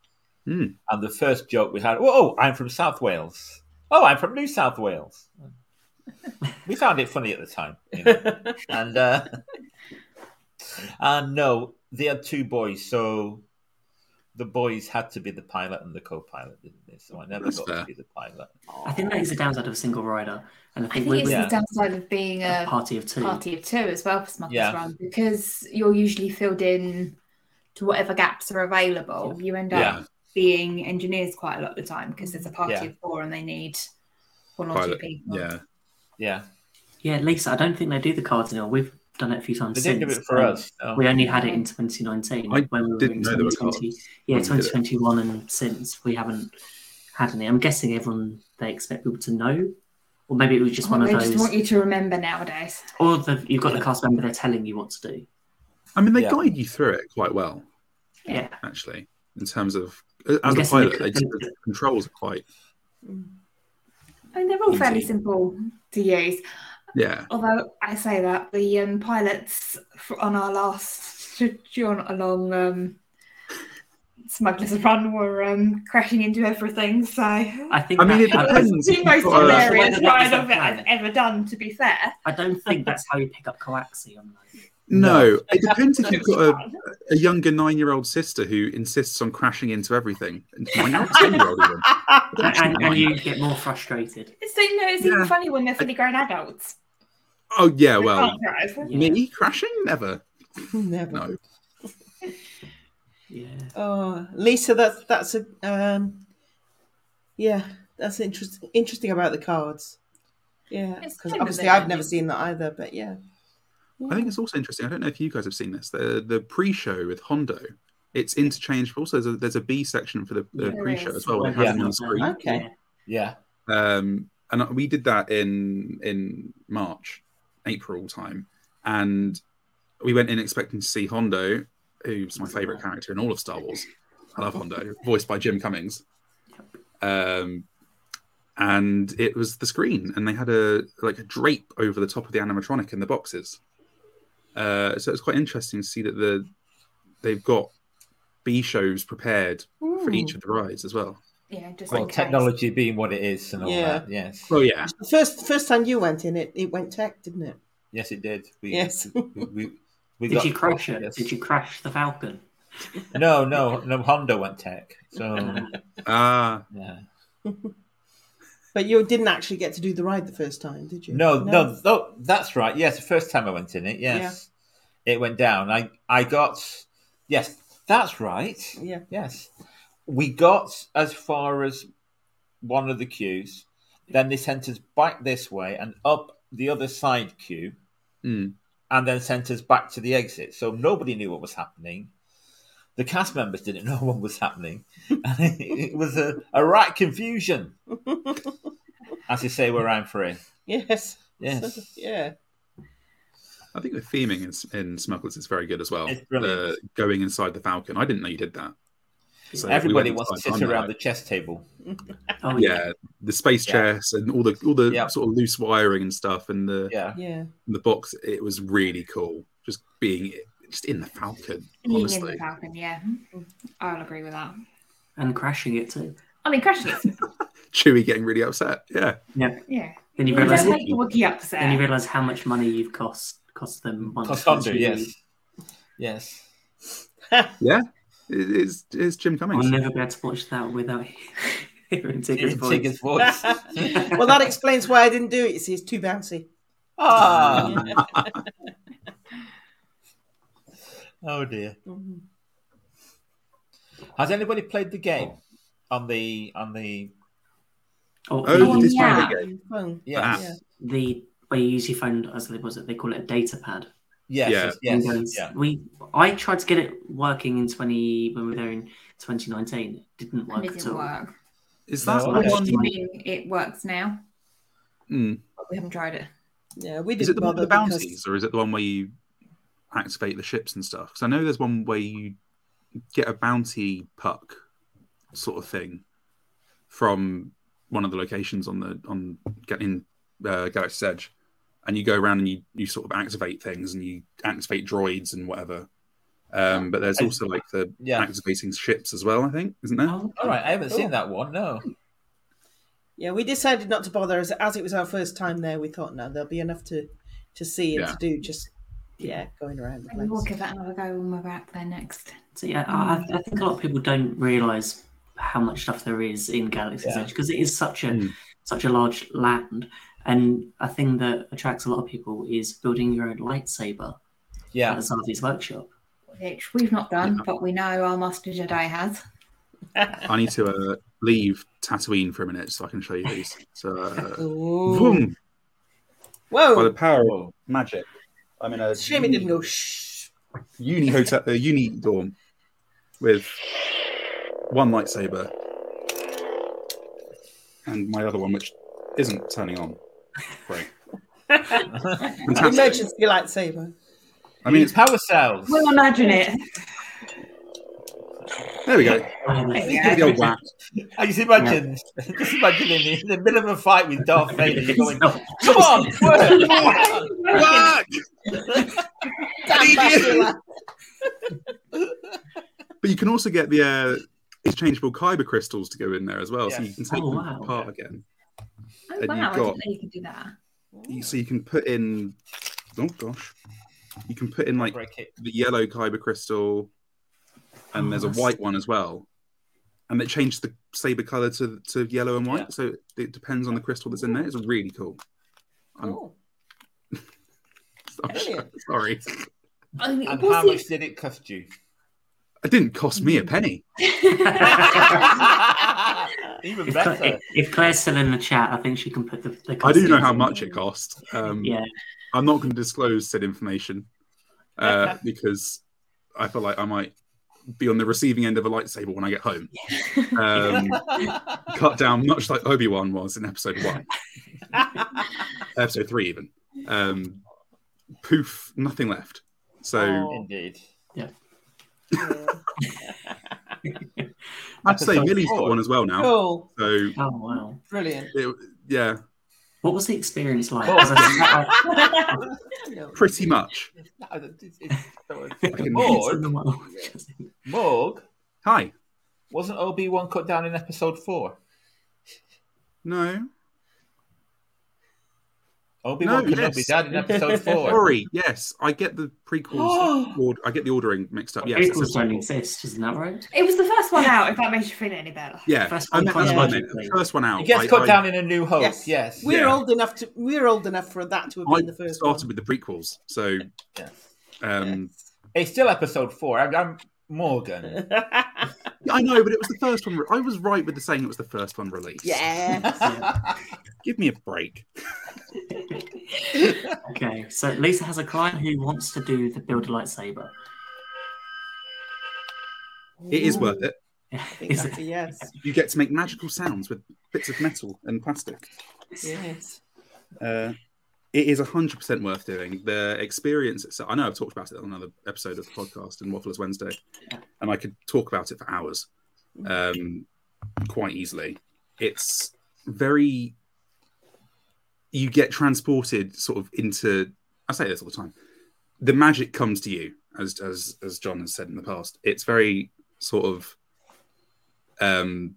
Hmm.
And the first joke we had, oh, I'm from South Wales. Oh, I'm from New South Wales. we found it funny at the time. you know. and uh, and no, they had two boys, so the boys had to be the pilot and the co-pilot, didn't they? So I never
That's
got
fair.
to be the pilot.
I think that is the downside of a single rider, and I
I
think
think
we
it's
yeah.
were
the downside of being
a
a
party of two.
party of two as well for Smuggler's
Yeah.
Run because you're usually filled in to whatever gaps are available. You end up
Yeah.
being engineers quite a lot of the time because there's a party
Yeah.
of four and they need one or two
Pilot.
people.
Yeah.
Yeah,
Yeah, Lisa, I don't think they do the cards anymore. We've done it a few times
they
since.
didn't do it for
Um,
us. no.
We only had it in 2019
I
when we were
didn't
in
know there were
2020.
cards
Yeah,
when we did it.
2021 and since we haven't had any. I'm guessing everyone they expect people to know, or maybe it was just
Well,
one of
they just
those.
want you to remember nowadays.
Or the, you've got the
Yeah.
cast member they're telling you what to do.
I mean, they
Yeah.
guide you through it quite well,
Yeah,
actually, in terms of as a
guessing they
pilot, they
could-
just, the controls are quite
I mean, they're all fairly
Easy.
simple to use.
yeah.
Although I say that the um, pilots f- on our last jaunt along um, Smuggler's Run were um, crashing into everything. So
I think.
I mean, it
that- I-
depends.
It's the
You've
most
got a-
hilarious
Whether that
ride
is a
of it I've
plan.
ever done, to be fair.
I don't think that's how you pick up coaxi on those.
No, it depends if you've got a, a younger nine-year-old sister who insists on crashing into everything. Nine-year-old, ten-year-old even.
and, and you get more frustrated.
It's, like, no, it's even
Yeah.
funny when they're fully grown adults.
Oh yeah,
They
well,
can't drive.
Yeah.
me crashing never.
Never.
No,
Yeah.
Oh, Lisa, that's that's a um, yeah, that's interesting. Interesting about the cards. Yeah,
It's
because
kind of
obviously
it,
I've
isn't
never
it?
seen that either. But yeah,
I think it's also interesting. I don't know if you guys have seen this. The the pre-show with Hondo. It's interchangeable. So there's a, there's a B section for the, the
There
pre-show
is.
as well. When it has
Yeah.
them on screen.
Okay.
Yeah.
Yeah,
um, and we did that in in March, April time, and we went in expecting to see Hondo, who's my favorite character in all of Star Wars. I love Hondo, voiced by Jim Cummings. Um, and it was the screen, and they had a like a drape over the top of the animatronic in the boxes. Uh, so it's quite interesting to see that the they've got B shows prepared for
Ooh.
each of the rides as well.
Yeah, just
well,
in case.
technology being what it is and all
Yeah.
that. Yes,
Oh yeah,
The first first time you went in, it it went tech, didn't it?
yes, it did. We,
Yes.
we, we, we
Did
got-
you crash it?
yes.
Did you crash the Falcon?
No, no, no. Honda went tech, so
ah.
yeah.
But you didn't actually get to do the ride the first time, did you?
No, no, no, that's right. Yes, the first time I went in it, yes, it went down. I, I got, yes, that's right.
Yeah.
Yes, we got as far as one of the queues. Then they sent us back this way and up the other side queue,
Mm.
and then sent us back to the exit. So nobody knew what was happening. The cast members didn't know what was happening. And it, it was a, a right confusion. As you say, where I'm free.
Yes.
Yes.
yeah.
I think the theming in, in Smugglers is very good as well.
It's brilliant.
The going inside the Falcon. I didn't know you did that. So we
Everybody
went
wants to
inside
sit
Hondo.
around the chess table.
Oh
yeah, the space
Yeah.
chess and all the all the
Yeah.
sort of loose wiring and stuff and the
Yeah.
Yeah.
the box. It was really cool. Just being just in the Falcon.
Being in
honestly.
the Falcon, yeah. I'll agree with that.
and crashing it too.
I mean, crashing it.
Chewie getting really upset. Yeah,
Yeah.
Then you
You
realise
don't make the Wookiee upset.
then you realise how much money you've cost cost them once.
Cost
once
Hondo,
you-
yes. Yes.
it, it's, it's Jim
I'll
Cummings.
never be able to watch that without hearing Tigger's
Hearing
voice.
Tigger's voice.
well, that explains why I didn't do it. You see, it's too bouncy.
ah. oh, dear.
Mhm.
Has anybody played the game on the, on the,
Or
Oh,
Oh,
the display
yeah.
game.
Fun.
yes.
Ah.
the where you use your phone as they was it they call it a data pad.
Yes.
Yeah.
Yes.
And, um,
yes. Yeah.
We I tried to get it working in twenty when we were there in twenty nineteen. It didn't
And
work
it
at
didn't
all.
work.
Is that
No,
the
I-
Which
one?
do you mean it works now?
Mm.
But we haven't tried it.
Yeah, we
Is it
didn't
the one
bother
with the bounties,
because
or is it the one where you activate the ships and stuff? Because I know there's one where you get a bounty puck sort of thing from one of the locations on the on getting uh, Galaxy's Edge, and you go around and you you sort of activate things and you activate droids and whatever, Um, but there's also like the
Yeah.
activating ships as well. I think isn't there?
Oh,
All right, I haven't seen that one. No.
Yeah, we decided not to bother as as it was our first time there. We thought no, there'll be enough to to see and
Yeah.
to do. Just yeah, going around the
Maybe we'll
place.
give it another go when we're back there next.
So yeah, I, I think a lot of people don't realise how much stuff there is in Galaxy's
Yeah. Hmm.
Edge because it is such a
Mm.
such a large land, and a thing that attracts a lot of people is building your own lightsaber
Yeah.
at Zavi's workshop.
Which we've not done, but we know our Master Jedi has.
I need to uh, leave Tatooine for a minute so I can show you these. So, uh,
Ooh.
vroom, by the
Whoa!
power of magic, I'm in a
Shame it didn't go. Shh.
uni hotel, uh, uni dorm with one lightsaber and my other one, which isn't turning on. Great. Fantastic.
Emergency lightsaber.
I mean,
it's
it's,
power cells.
We'll imagine it.
there we go.
Um,
Give the old whack.
I just imagine, just imagine in the, in the middle of a fight with Darth Vader you're going, "Come on, work!"
Whack!
Damn battery life.
But you can also get the uh, exchangeable kyber crystals to go in there as well, so you
Yes.
can take
Oh,
them
wow.
apart again.
Oh,
And
wow.
you've
I
got-
didn't know you could do that.
You- So you can put in, oh gosh, you can put in like
Break it.
the yellow kyber crystal, and
Oh,
there's a
that's-
white one as well, and it changed the saber color to to yellow and white. So it depends on the crystal that's in there. It's really cool. I'm-
Cool.
I'm sh-
Brilliant.
sorry,
I mean,
And
was
how
it-
much did it cost you?
it didn't cost me a penny.
Even
If, Cla-
better.
if Claire's still in the chat, I think she can put the. the
I do know how
costumes
much it cost. Um,
in. Yeah,
I'm not going to disclose said information uh, because I feel like I might be on the receiving end of a lightsaber when I get home. Um, cut down much like Obi Wan was in episode one, episode three, even. Um, poof, nothing left. So
Oh.
Indeed.
Yeah.
I'd say
Episode
Millie's got
four.
one as well now.
Cool.
So
Oh wow!
Brilliant.
it, yeah,
What was the experience like?
Oh.
'Cause I think I-
No.
pretty much.
Morg,
Morg.
Morg,
Hi.
wasn't Obi Wan cut down in episode four?
No.
Obi
No,
Wan Kenobi
yes.
died in episode four.
Sorry. Yes, I get the prequels. ord- I get the ordering mixed up. Yes, it's a
Prequels don't
prequel.
exist, isn't that right?
It was the first one out, if that makes you feel any better.
Yeah,
First
I
one
meant- that's what I meant.
chronologically.
First one out.
He gets
I-
cut
I-
down in A New Hope. Yes.
Yes. We're
Yeah.
old enough to. We're old enough for that to have
I
been the first one.
started with the prequels, so
Yeah.
um,
It's still episode four. I'm, I'm Morgan.
I know, but it was the first one. re- I was right with the saying it was the first one released.
yeah.
give me a break.
Okay, so Lisa has a client who wants to do the build a lightsaber.
It is worth it.
I think
Is
that's a
it-
yes.
You get to make magical sounds with bits of metal and plastic.
Yes.
Uh, it is hundred percent worth doing. The experience itself. I know I've talked about it on another episode of the podcast and Wafflers Wednesday, and I could talk about it for hours, um, quite easily. It's very. You get transported sort of into. I say this all the time. The magic comes to you, as as as John has said in the past. It's very sort of. Um,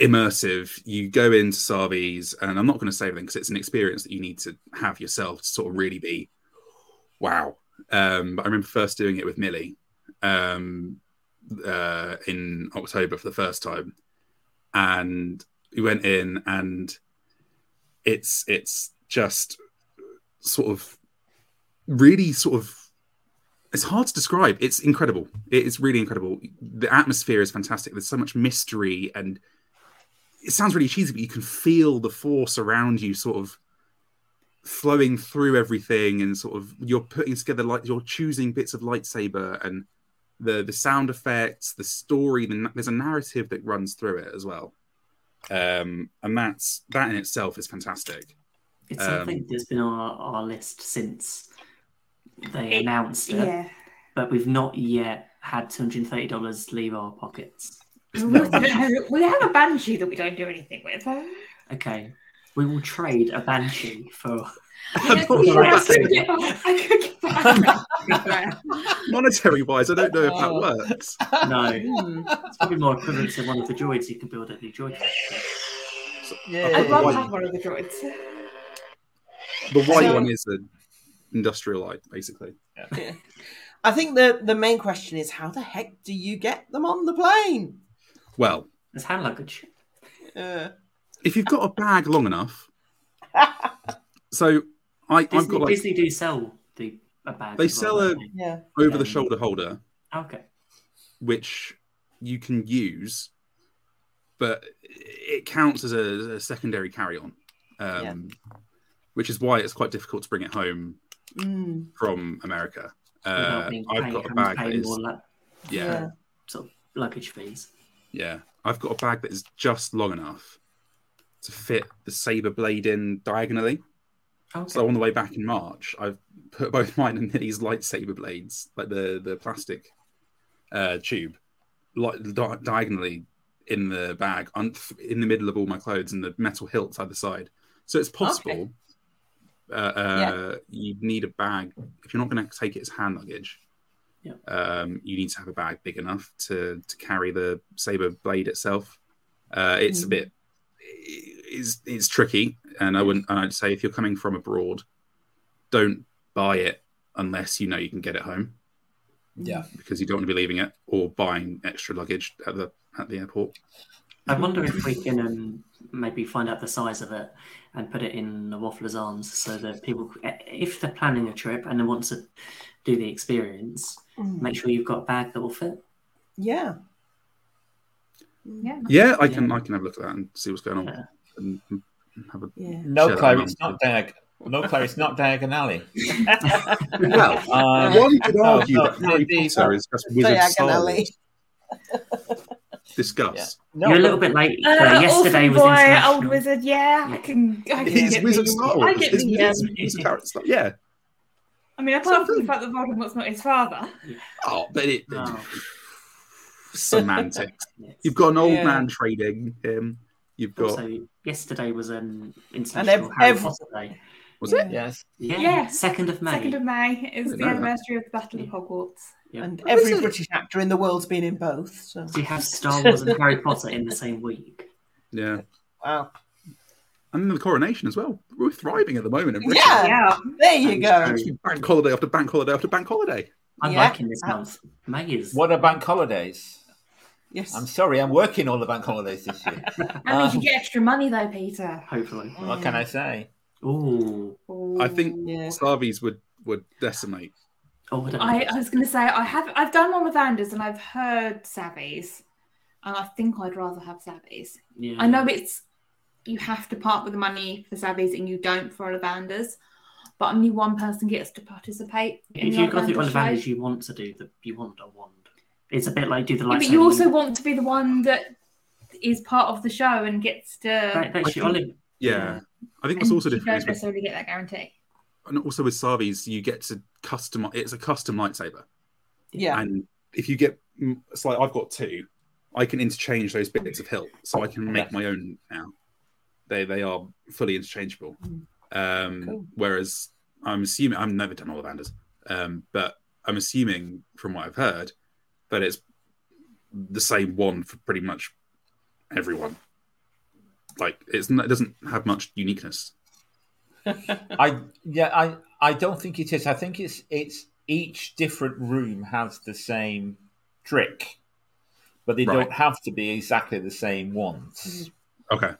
immersive. You go into Sarvi's, and I'm not going to say everything because it's an experience that you need to have yourself to sort of really be wow. Um, but I remember first doing it with Millie um, uh, in October for the first time, and we went in, and it's it's just sort of really sort of it's hard to describe. It's incredible. It is really incredible. The atmosphere is fantastic. There's so much mystery and it sounds really cheesy, but you can feel the force around you sort of flowing through everything and sort of you're putting together like you're choosing bits of lightsaber and the the sound effects, the story, the, na- there's a narrative that runs through it as well. Um, and that's that in itself is fantastic.
It's
Um,
something that's been on our, our list since they
It-
announced it,
Yeah.
but we've not yet had $230 leave our pockets.
we we have a banshee that we don't do anything with.
Okay, we will trade a banshee for.
I could give up- I could give up
Monetary wise, I don't know if that
Oh.
works.
No,
Hmm.
it's probably more equivalent to one of the droids. You can build a new droid. factory.
I'd rather
Why-
have one of the droids.
The white
So-
one is an industrial light, basically.
I think the the main question is how the heck do you get them on the plane?
Well,
It's hand luggage.
Uh,
if you've got a bag long enough, so I, I've
Disney,
got like
Disney do sell the a bag.
They
as well,
sell a-
don't they?
yeah.
over the
Um,
shoulder holder,
Okay.
which you can use, but it counts as a, a secondary carry on, um, which is why it's quite difficult to bring it home
Mm,
from America. Uh,
Without being
I've
paid-
got a
having to
bag that
pay
is,
more lu-
yeah,
sort of luggage fees.
Yeah, I've got a bag that is just long enough to fit the saber blade in diagonally.
Okay.
So on the way back in March, I've put both mine and Nitty's lightsaber blades, like the the plastic uh, tube, like di- diagonally in the bag, un- in the middle of all my clothes, and the metal hilts either side. So it's possible. Uh, uh, You need a bag if you're not going to take it as hand luggage.
Yeah.
Um, you need to have a bag big enough to to carry the saber blade itself. Uh, it's a
Mm.
bit it's it's tricky, and I wouldn't. And I'd say if you're coming from abroad, don't buy it unless you know you can get it home
Yeah.
because you don't want to be leaving it or buying extra luggage at the at the airport.
I
Mm-hmm.
wonder if we can um, maybe find out the size of it and put it in the waffler's arms so that people, eh, if they're planning a trip and they want to do the experience,
mm,
make sure you've got a bag that will fit.
yeah.
Yeah.
Yeah, I can I can have a look at that and see what's going on.
Yeah.
And have a,
Yeah.
No,
Shut
Claire,
up,
it's
man.
not Diag. No, Claire, it's not Diagon Alley.
well,
Um,
one could
no,
Oh,
argue
no,
that Harry
the-
Potter is just Wizard of Star
Diagonally.
Wars. Discuss.
no,
You're a little bit late.
Uh,
Claire. Yesterday
orphan
was
boy, old
international.
wizard. Yeah, I
Yeah.
can. I can
He's
get
Wizard of
the-
Star
I
Wars.
get
It's
the.
Wizards-
Um,
Wizards of Harry Star- Yeah.
I mean, apart from the fact that Voldemort's not his father.
Oh, but it,
Oh.
semantics.
Yes.
You've got an old
Yeah.
man trading him. You've got
Also, yesterday was
And
an international
ev-
Harry
ev-
Potter Day.
was it?
Yes.
Yeah,
Yeah.
second of May.
Second of May is
Didn't
the
know that.
anniversary of the Battle of Hogwarts.
Yeah.
And every
Isn't it?
British actor in the world's been in both. So
So you have Star Wars and Harry Potter in the same week.
Yeah.
wow.
And then the coronation as well. We're thriving at the moment in Britain.
Yeah.
Yeah,
There you go.
It's been Bank holiday after bank holiday after bank holiday.
I'm
Yeah,
liking this month. May is
What are bank holidays?
Yes.
I'm sorry, I'm working all the bank holidays this year.
I mean,
Um,
you get extra money though, Peter.
hopefully.
what can I say?
Ooh,
I think
Yeah.
Slavies would would decimate.
oh, I, don't
I,
know.
I was going to say I have. I've done one with Anders, and I've heard Savvy's, and I think I'd rather have Savvy's.
Yeah.
I know it's you have to part with the money for Savvy's, and you don't for Ollivanders, but only one person gets to participate. in
If
the
you go through
Ollivander's show.
Ollivanders, you want to do the you want a wand. It's a bit like do the
Yeah,
lightsaber.
but you also want to be the one that is part of the show and gets to.
Right, that's your Olliv-
Yeah.
Yeah.
I think
and
what's also
you
different
don't
is with,
necessarily get that guarantee.
and also with Sarvis, you get to custom it's a custom lightsaber.
Yeah.
And if you get mm, it's like I've got two, I can interchange those bits of hilt. So I can make
Yeah.
my own now. They they are fully interchangeable.
Mm.
Um
Cool.
whereas I'm assuming I've never done Ollivanders. Um but I'm assuming from what I've heard that it's the same one for pretty much everyone. Like it's n- it doesn't have much uniqueness.
I yeah, I I don't think it is. I think it's it's each different room has the same trick, but they
Right.
don't have to be exactly the same ones.
Okay.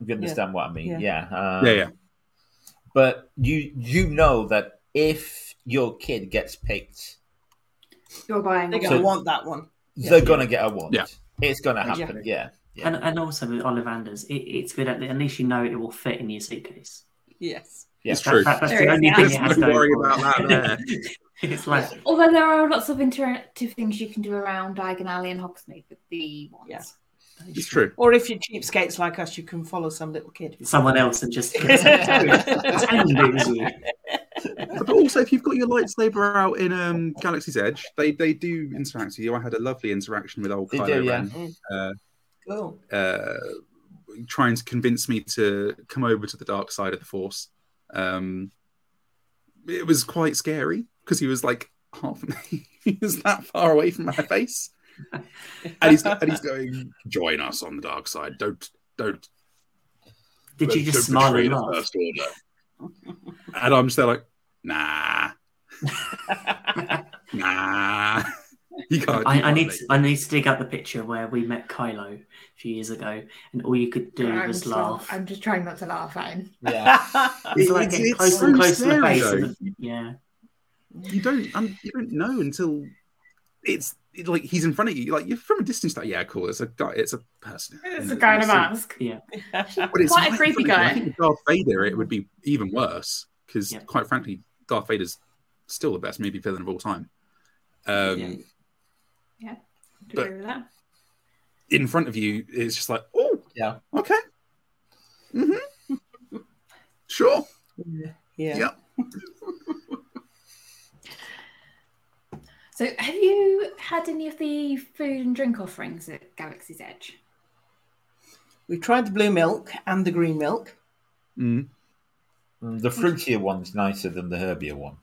If You understand what I mean?
Mm-hmm. Yeah.
Yeah. um,
Yeah, yeah.
But you you know that if your kid gets picked,
You're buying.
They're
one.
going to
So-
want that one. Yeah.
they're gonna get a wand.
Yeah.
It's gonna happen.
Exactly.
Yeah. Yeah.
and, and also with Ollivanders, it, it's good at, at least you know it will fit in your suitcase.
Yes.
Yeah.
It's true.
That, that's
There
the
is
only
that.
thing
Let's
it has
not
going
worry
for it.
about that there.
it's like
Although there are lots of interactive things you can do around Diagon Alley and Hogsmeade with the wands.
Yeah.
It's true.
Or if you're cheapskates like us, you can follow some little kid. who's-
someone else and just pretend it was you.
But also, if you've got your lightsaber out in um, Galaxy's Edge, they, they do interact with you. I had a lovely interaction with old
They
Kylo
do, yeah.
Ren,
Cool.
uh, trying to convince me to come over to the dark side of the Force. Um, it was quite scary because he was like half he was that far away from my face. And he's, and he's going, join us on the dark side. Don't don't
Did you
don't
just smile
betray
and
the
laugh?
First order. and I'm just there like, nah, nah. He can't.
I,
he
I
can't
need
make
to, I need to dig up the picture where we met Kylo a few years ago, and all you could do
I'm
was
just laugh-
laugh.
I'm just trying not to laugh at him.
yeah.
It's like
It's-
getting
it's
closer
so
and closer to the
scary,
face.
though.
and the- yeah,
you don't um, you don't know until it's it- like he's in front of you like you're from a distance like yeah cool it's a guy it's a person
It's a guy in a mask.
But it's
Quite a
right in
creepy
front of you.
guy.
I think with Darth Vader it would be even worse because
Yeah.
quite frankly Darth Vader's still the best movie villain of all time um
Yeah.
Do you
But-
agree with that?
in front of you it's just like oh
Yeah.
okay hmm sure
Yeah.
Yeah.
So, have you had any of the food and drink offerings at Galaxy's Edge?
We tried the blue milk and the green milk.
Mm.
Mm, The fruitier one's nicer than the herbier one.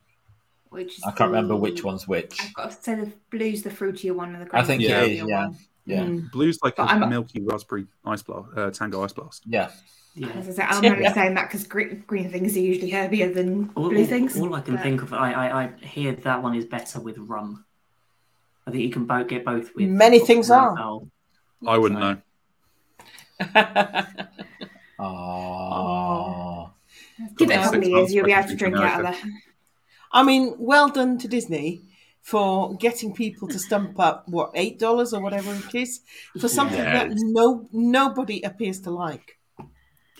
Which is
I can't remember
the-
Mm.
which one's which.
I've got to say the blue's the fruitier one and the green
I think
it
the
is,
greener
yeah.
one.
Yeah.
Mm.
blue's like
But
a
I'm-
milky raspberry ice blast uh, tango ice blast
Yeah.
yeah.
As I said, I'm only saying that because green, green things are usually herbier than
All,
blue
all-
things.
all I can
but-
think of, I, I I hear that one is better with rum. I think you can both get both with
Many things
rum
are.
alcohol.
I wouldn't
Sorry.
know
Oh.
Give it a
Six
couple of years,
months
you'll be
back
able to
in
drink it out of there.
I mean, well done to Disney for getting people to stump up what eight dollars or whatever it is for something
Yeah.
that no nobody appears to like.
I'd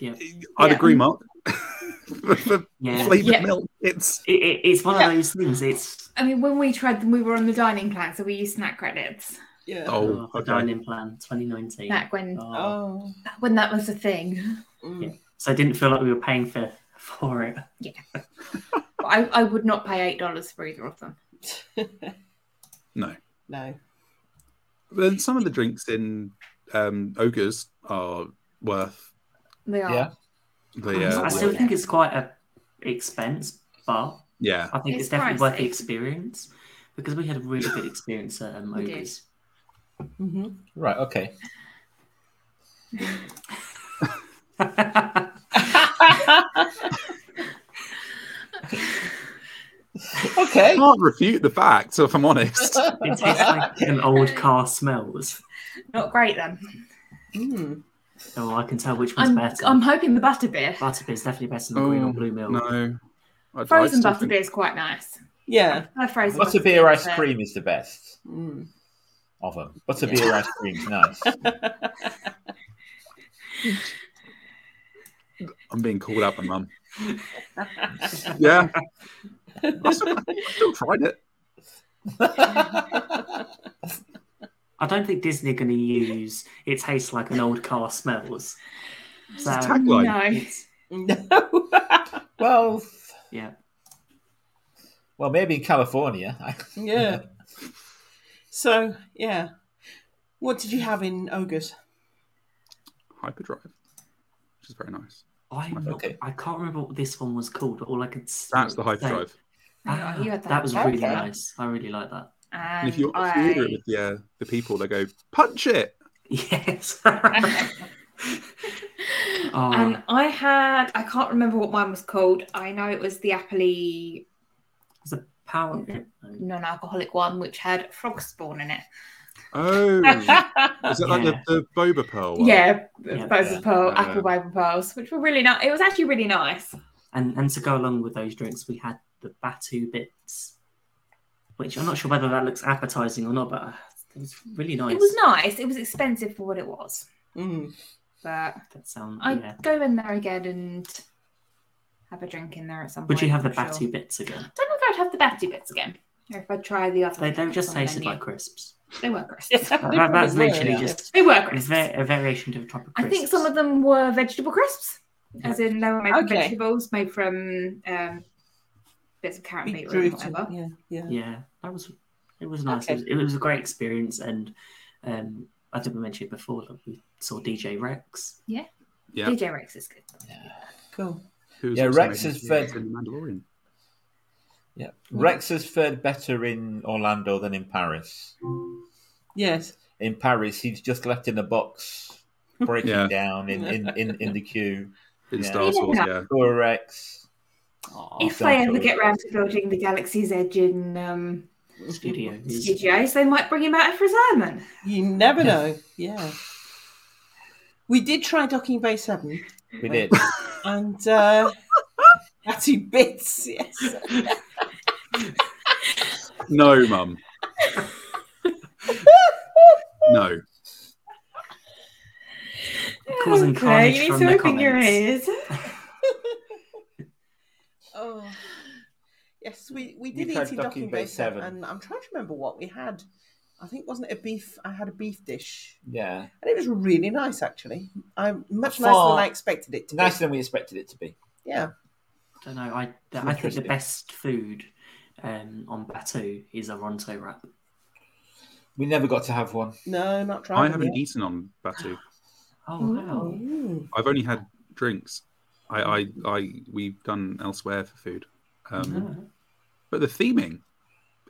Yeah.
agree Mark For
Yeah, it,
flavored
Yeah.
milk it's
it, it's one
Yeah.
of those things. It's
I mean, when we tried them, we were on the dining plan, so we used snack credits
Yeah.
Oh,
the
okay.
dining plan 2019.
back when
Oh.
Oh.
when that was a thing.
Mm.
So I didn't feel like we were paying for for it.
But I, I would not pay eight dollars for either of them.
no.
No.
Then some of the drinks in um, ogres are worth
They are.
Yeah.
the
I
uh,
still
well-
think it's quite a expense, but
yeah.
I think it's,
It's
definitely worth the
pricey.
experience because we had a really good experience at um,
We did.
Ogres.
hmm
Right. Okay.
Mm-hmm.
I
okay.
can't refute the fact, so if I'm honest.
it tastes like an old car smells.
Not great then.
Mm.
Oh, I can tell which one's
I'm,
better.
I'm hoping the butterbeer.
Butterbeer is definitely better than green or blue milk.
Oh, No. I'd- I'd
Frozen
still
butterbeer
think-
is quite nice.
Yeah.
I love frozen
Butterbeer
butterbeer,
ice
but-
cream is the best
Mm.
of them. Butterbeer ice cream's nice.
I'm being called out by mum. yeah. I still, I still tried it.
I don't think Disney are going to use it tastes like an old car smells. So,
It's a tagline.
No.
No.
well,
yeah.
well, maybe in California.
yeah. So yeah. What did you have in Ogres?
Hyperdrive, which is very nice.
I'm not-
Okay.
I can't remember what this one was called, but all I could s-
That's the
say-
hyperdrive.
Ah,
Oh, you had
that.
that.
was really
Okay.
nice. I really like that.
And
And
if you, if you
Um, I-
order it with the, uh, the people, they go, punch it.
Yes. Oh.
And I had, I can't remember what mine was called. I know it was the appley
It's a power.
non alcoholic one, which had frog spawn in it.
Oh. Is it like
Yeah.
the, the boba pearl? one?
yeah,
Yeah.
those
Yeah.
pearl,
Yeah.
apple bible pearls, which were really nice. It was actually really nice.
And and to go along with those drinks, we had the batu bits, which I'm not sure whether that looks appetizing or not, but uh, it was really nice.
It was nice. It was expensive for what it was,
Mm.
but
That sound.
I'd
yeah.
go in there again and have a drink in there at some point.
Would you have the
I'm sure.
batu bits again?
don't know if I'd have the batty bits again. Or if I'd try the other
They don't
things
just
on the
tasted
menu.
like crisps.
they were crisps.
That- that- that's
probably
literally
were, yeah.
just
They were
a,
crisps.
va- a variation of tropical
I
crisps.
think some of them were vegetable crisps, as in they were made from
Okay.
vegetables, made from um, bits of carrot and beetroot, and
Beetroot and-
whatever.
Yeah. Yeah.
yeah that was it was nice
Okay.
it, was, it was a great experience and um i think we mentioned it before that we saw dj rex
Yeah.
DJ Rex is good.
Cool.
Who was
Yeah,
also
Rex
made
is
in
very-
The Mandalorian.
Yeah. Rex has fared better in Orlando than in Paris.
Yes.
In Paris, he's just left in a box, breaking
Yeah.
down in, in, in, in the queue.
in
Yeah.
Star
Yeah.
Wars. Yeah,
Poor Rex.
if
Dark
they ever
Lord.
get round to building the Galaxy's Edge in um,
studio. is-
studios, they might bring him out of retirement.
You never know. Yeah. We did try Docking Bay 7
We did.
and uh, Matty Bits, yes.
no, mum. no,
Causing carnage
you need
from
to
the
open your ears.
comments.
Uh,
Oh. Yes, we, we
You've
did eat
had
in
Docking
Docking
Bay
Bay 7,
7.
and I'm trying to remember what we had. I think, wasn't it a beef? I had a beef dish,
Yeah.
and it was really nice, actually. I Much
Far-
nicer than I expected it to be.
Nicer than we expected it to be.
Yeah.
don't know. I I think the
Interesting.
best food um, on Batu is a Ronto wrap.
We never got to have one.
No, not trying.
I haven't eaten on Batu.
Oh wow!
Mm.
I've only had drinks. I, I, I we've done elsewhere for food. Um, But the theming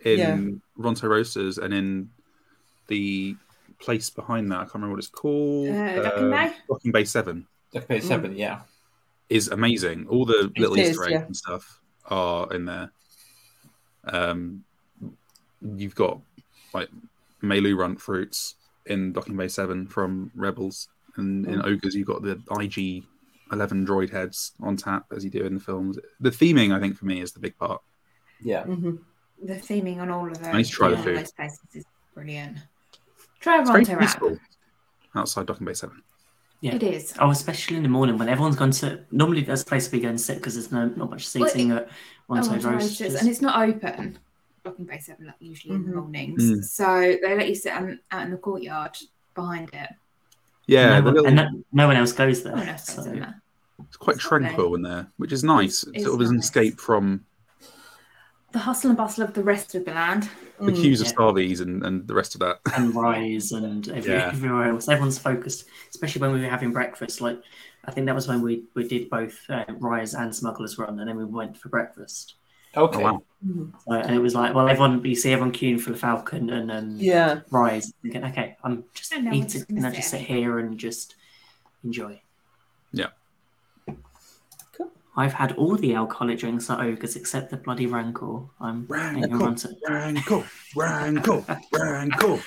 in
Yeah.
Ronto Rosas and in the place behind that, I can't remember what it's called.
Uh, Docking Bay?
Docking Bay 7
Duck
Mm.
Bay 7, yeah.
is amazing. All the little
is,
Easter eggs
yeah.
and stuff are in there. Um, you've got like Melu runt fruits in Docking Bay 7 from Rebels, and
Mm.
in Ogres, you've got the IG 11 droid heads on tap as you do in the films. The theming, I think, for me, is the big part.
Yeah.
Mhm.
The theming on all of those.
I need to try
the
all
food.
those places is brilliant. Try a
It's very
Ronto wrap.
peaceful outside Docking Bay 7.
Yeah.
It is.
Oh, especially in the morning when everyone's gone to. Normally, there's a place we go and sit because there's no not much
Well,
seating at
Oh,
Ronto
Ronto
Roasters.
Roasters, and it's not open. Docking Bay Seven like usually in
Mhm.
the mornings,
Mm.
so they let you sit on, out in the courtyard behind it. Oh,
Yeah,
no
the
one,
little-
and no, no one else goes there.
No one else
so-
goes in there.
it's quite
it's lovely.
tranquil in there, which is nice.
It's-
sort of
it's
as an
nice.
escape from
The hustle and bustle of the rest of the land.
the
Mm.
queues
Yeah.
of Starvies and, and the rest of that.
and rise and every,
Yeah.
everywhere else. Everyone's focused, especially when we were having breakfast. Like I think that was when we, we did both uh, rise and smugglers run, and then we went for breakfast.
Okay.
Oh, wow.
Mm.
So, and it was like, well, everyone you see everyone queuing for the Falcon and um,
Yeah.
rise, thinking, okay, I'm just
And now we're
eating
just gonna
and I
sit
just
here.
sit here and just enjoy.
Yeah.
Cool.
I've had all the alcoholic drinks at Ogres except the bloody Rancor. I'm thinking
Rancor,
Ronto.
Rancor, Rancor, Rancor.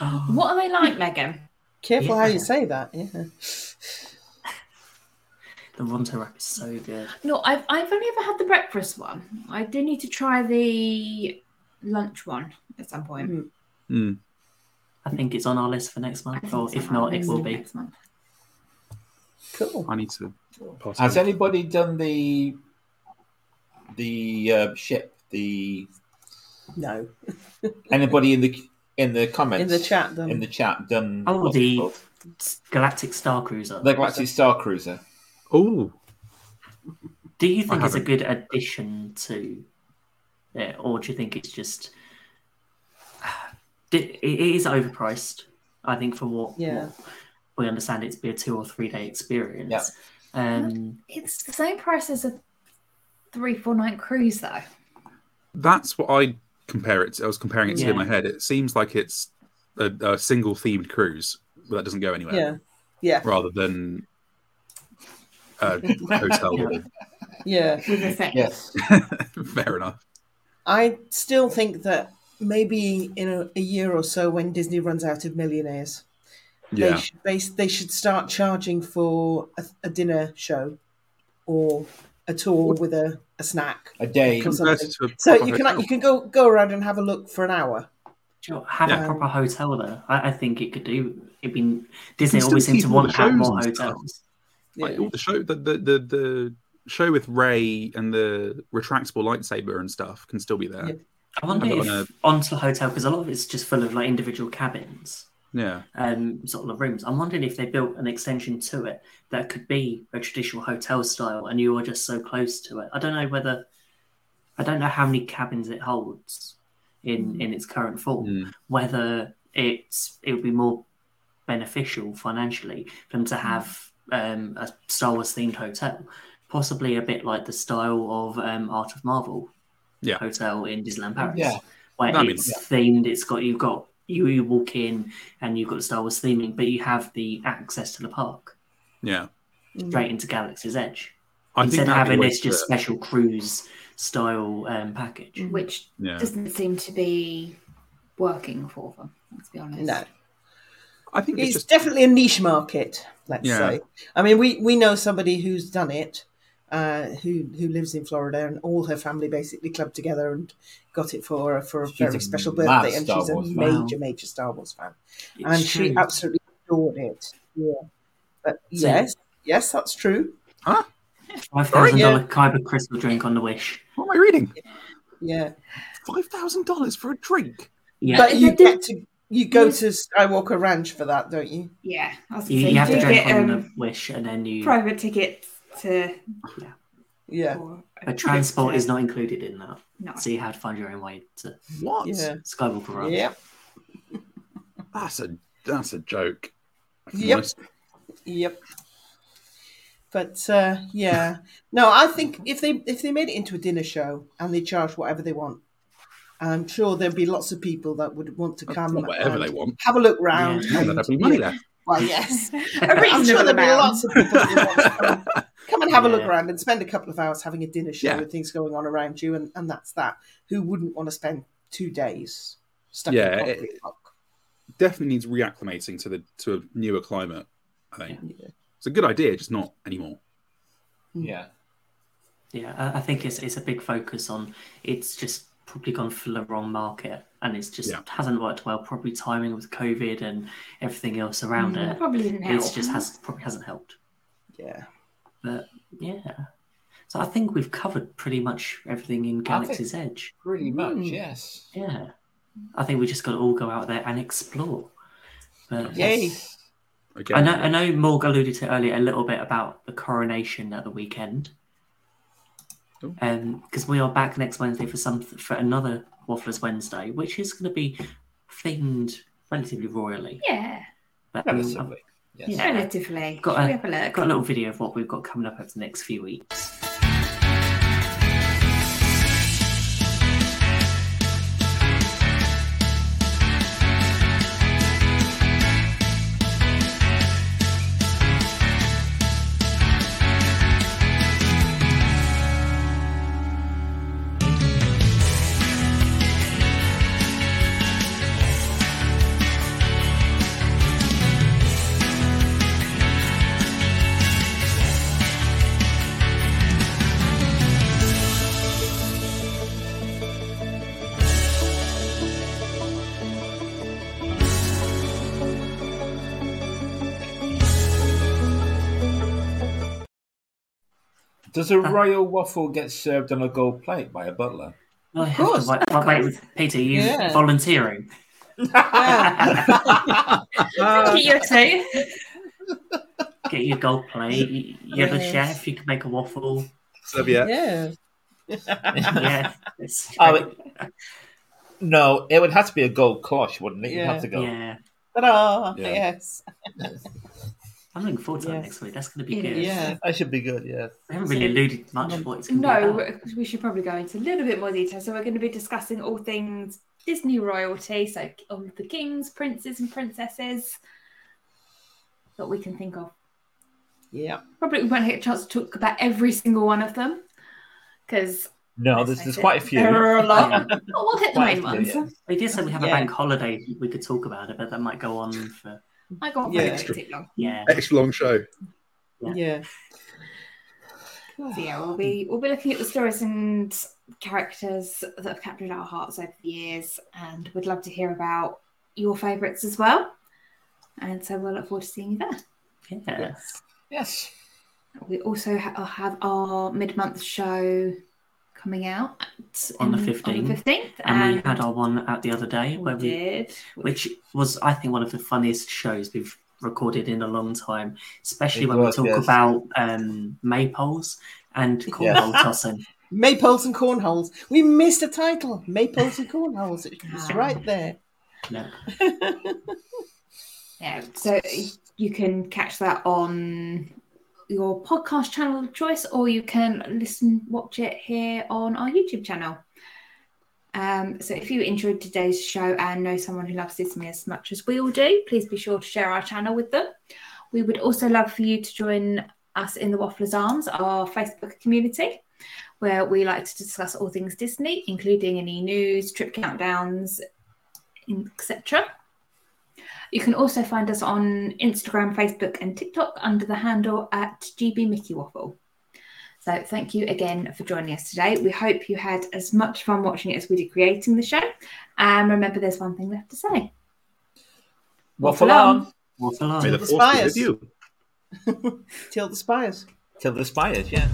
Oh.
What are they like, Megan?
Careful how
Yeah.
you say that. Yeah.
The Ronto wrap is so good.
No, I've I've only ever had the breakfast one. I do need to try the lunch one at some point.
Mm.
Mm.
I think it's on our list for next
I
month,
think
or
it's
if
on our
not, it
list
will
for
be.
next month.
Cool.
I need to pass.
Has
it.
anybody done the the uh, ship? The
No.
anybody in the in the comments
In the chat, then.
in the chat done
Oh,
what's it
the-
called?
Galactic Star Cruiser.
the Galactic Star Cruiser.
Oh,
do you think
I
it's a
haven't.
good addition to it, or do you think it's just it it is overpriced? I think for what,
Yeah.
what we understand, it to be a two or three day experience.
Yeah.
Um,
It's the same price as a three four night cruise though.
that's what I compare it to. I was comparing it to in
Yeah.
my head. It seems like it's a, a single themed cruise but that doesn't go anywhere,
Yeah. Yeah.
rather than a hotel.
Yeah.
Yeah.
With a set.
Yes.
Fair enough.
I still think that maybe in a, a year or so, when Disney runs out of millionaires, they
Yeah,
should base, they should start charging for a, a dinner show or a tour with a, a snack.
A day.
Because-
converted to a
So
proper
you can
hotel.
you can go go around and have a look for an hour.
do you have
Yeah.
a proper hotel there. I, I think it could do. I mean, Disney always
still
seems to
keep all
want
the
to have
shows
more
and stuff.
hotels.
like all the show the the the, the show with Ray and the retractable lightsaber and stuff can still be there.
Yeah.
I wonder
I've
if
got
onto the hotel because a lot of it's just full of like individual cabins.
Yeah,
um, sort of rooms. I'm wondering if they built an extension to it that could be a traditional hotel style, and you are just so close to it. I don't know whether I don't know how many cabins it holds in in its current form.
Mm.
Whether it's it would be more beneficial financially for them to have um, a Star Wars themed hotel, possibly a bit like the style of um, Art of Marvel.
Yeah.
hotel in Disneyland Paris.
Yeah.
Where
That'd be
it's themed, it's got you've got you, you walk in and you've got Star Wars theming, but you have the access to the park
Yeah,
Mm.
straight into Galaxy's Edge.
I
instead of
that'd be
having
way
this just
to do it.
special cruise style um, package.
Mm.
which
yeah.
doesn't seem to be working for them. Let's be honest.
No.
I think
It's
it's just
definitely a niche market, let's
Yeah.
say. I mean, we, we know somebody who's done it, uh, who who lives in Florida, and all her family basically clubbed together and got it for her for a
She's
very
a
special
mad
birthday, and
Star
she's a
Wars fan.
major major Star Wars fan,
It's
and she
true.
absolutely adored it. Yeah, but
So-
yes, yes, that's true.
Five thousand dollar
Yeah.
Kyber crystal drink on the Wish.
what am I reading?
Yeah,
Five thousand dollars for a drink.
Yeah,
but you
They do-
get to you go to Skywalker Ranch for that, don't you?
Yeah, I was
you,
gonna say,
you have
do
to drink
get,
on
um,
the Wish, and then you.
private tickets to.
Yeah,
Or,
But transport is not included in that,
No.
so you had to find your own way to
What?
yeah,
Skywalker Ranch.
yeah,
That's a that's a joke. If I'm
Yep.
honest.
Yep. But uh, yeah, no, I think if they if they made it into a dinner show and they charge whatever they want, I'm sure there'd be lots of people that would want to come.
Whatever
and
they want.
Have a look round.
Yeah,
and-
that'd be money left.
Well, Oh, yes,
a
I'm sure
reasonable
there'd be
amount.
lots of people who want to come, come and have a look
Yeah.
around and spend a couple of hours having a dinner show
Yeah.
with things going on around you, and, and that's that. Who wouldn't want to spend two days stuck
Yeah,
in a
it-
concrete block?
Definitely needs reacclimating to the to a newer climate. I think
Yeah.
it's a good idea, just not anymore.
Yeah.
Yeah, I, I think it's it's a big focus on. It's just probably gone for the wrong market, and it's just
Yeah.
hasn't worked well. Probably timing with COVID and everything else around
Mm.
it.
Probably didn't help.
It's just has probably hasn't helped.
yeah.
But yeah, so I think we've covered pretty much everything in
I think-
Galaxy's Edge.
Pretty much,
Mm.
yes.
Yeah, I think we just got to all go out there and explore. But
Yay.
Yes.
Again,
I know, I know Morg alluded to earlier a little bit about the coronation at the weekend.
Cool.
Because we are back next Wednesday for some for another Wafflers Wednesday, which is going to be themed relatively royally.
Yeah,
But um,
Relatively. Yes.
Yeah.
relatively.
Got
Shall
a-
we have a look.
I've got a little video of what we've got coming up over the next few weeks.
Does a royal waffle get served on a gold plate by a butler?
Of
course,
wait,
of
wait,
course.
Peter, you
Yeah.
volunteering?
Ah.
Look at you two.
Get your gold plate. You, you're the
Yes.
chef. You can make a waffle.
Serviette.
yeah.
yeah, it's true.
Oh, no, it would have to be a gold cloche, wouldn't it? You'd
Yeah.
have to go.
yeah.
Ta-da!
Yeah.
Yes.
I'm looking forward to that
Yes.
next week. That's going to be
It
good.
is.
Yeah.
That should be good, yes.
We haven't really alluded much to what it's going to be about.
No, we should probably go into a little bit more detail. So we're going to be discussing all things Disney royalty, so all the kings, princes, and princesses that we can think of.
Yeah.
Probably we won't get a chance to talk about every single one of them because
No, Oh, there's, there's quite a few.
There are a lot.
Yeah.
Oh, we'll hit the
Quite
main
a few,
ones.
yeah.
They did say we have a
Yeah.
bank holiday. We could talk about it, but that might go on for
I got
Yeah.
yeah.
Extra.
too long.
yeah.
Extra long show.
Yeah.
So yeah, we'll be we'll be looking at the stories and characters that have captured our hearts over the years, and we'd love to hear about your favourites as well. And so we'll look forward to seeing you there.
Yeah.
Yes.
We also ha- uh, have our mid-month show coming out at-
On the
in-
15th.
fifteenth,
And, we had our one out the other day, where we,
did.
which was I think one of the funniest shows we've recorded in a long time, especially
It
when
was,
we talk
yes.
about um, maypoles and cornhole tossing.
Maypoles and cornholes. We missed a title. Maypoles and cornholes. It was right there.
Yeah.
Yeah, so you can catch that on your podcast channel of choice, or you can listen, watch it here on our YouTube channel. Um, so if you enjoyed today's show and know someone who loves Disney as much as we all do, please be sure to share our channel with them. We would also love for you to join us in the Wafflers Arms, our Facebook community, where we like to discuss all things Disney, including any news, trip countdowns, etc. You can also find us on Instagram, Facebook, and TikTok under the handle at GB Mickey Waffle. So thank you again for joining us today. We hope you had as much fun watching it as we did creating the show. And remember, there's one thing left to say.
Waffle on
Waffle on.
May the
The
force be
spies.
with you.
Till the spires.
till the spires, yeah.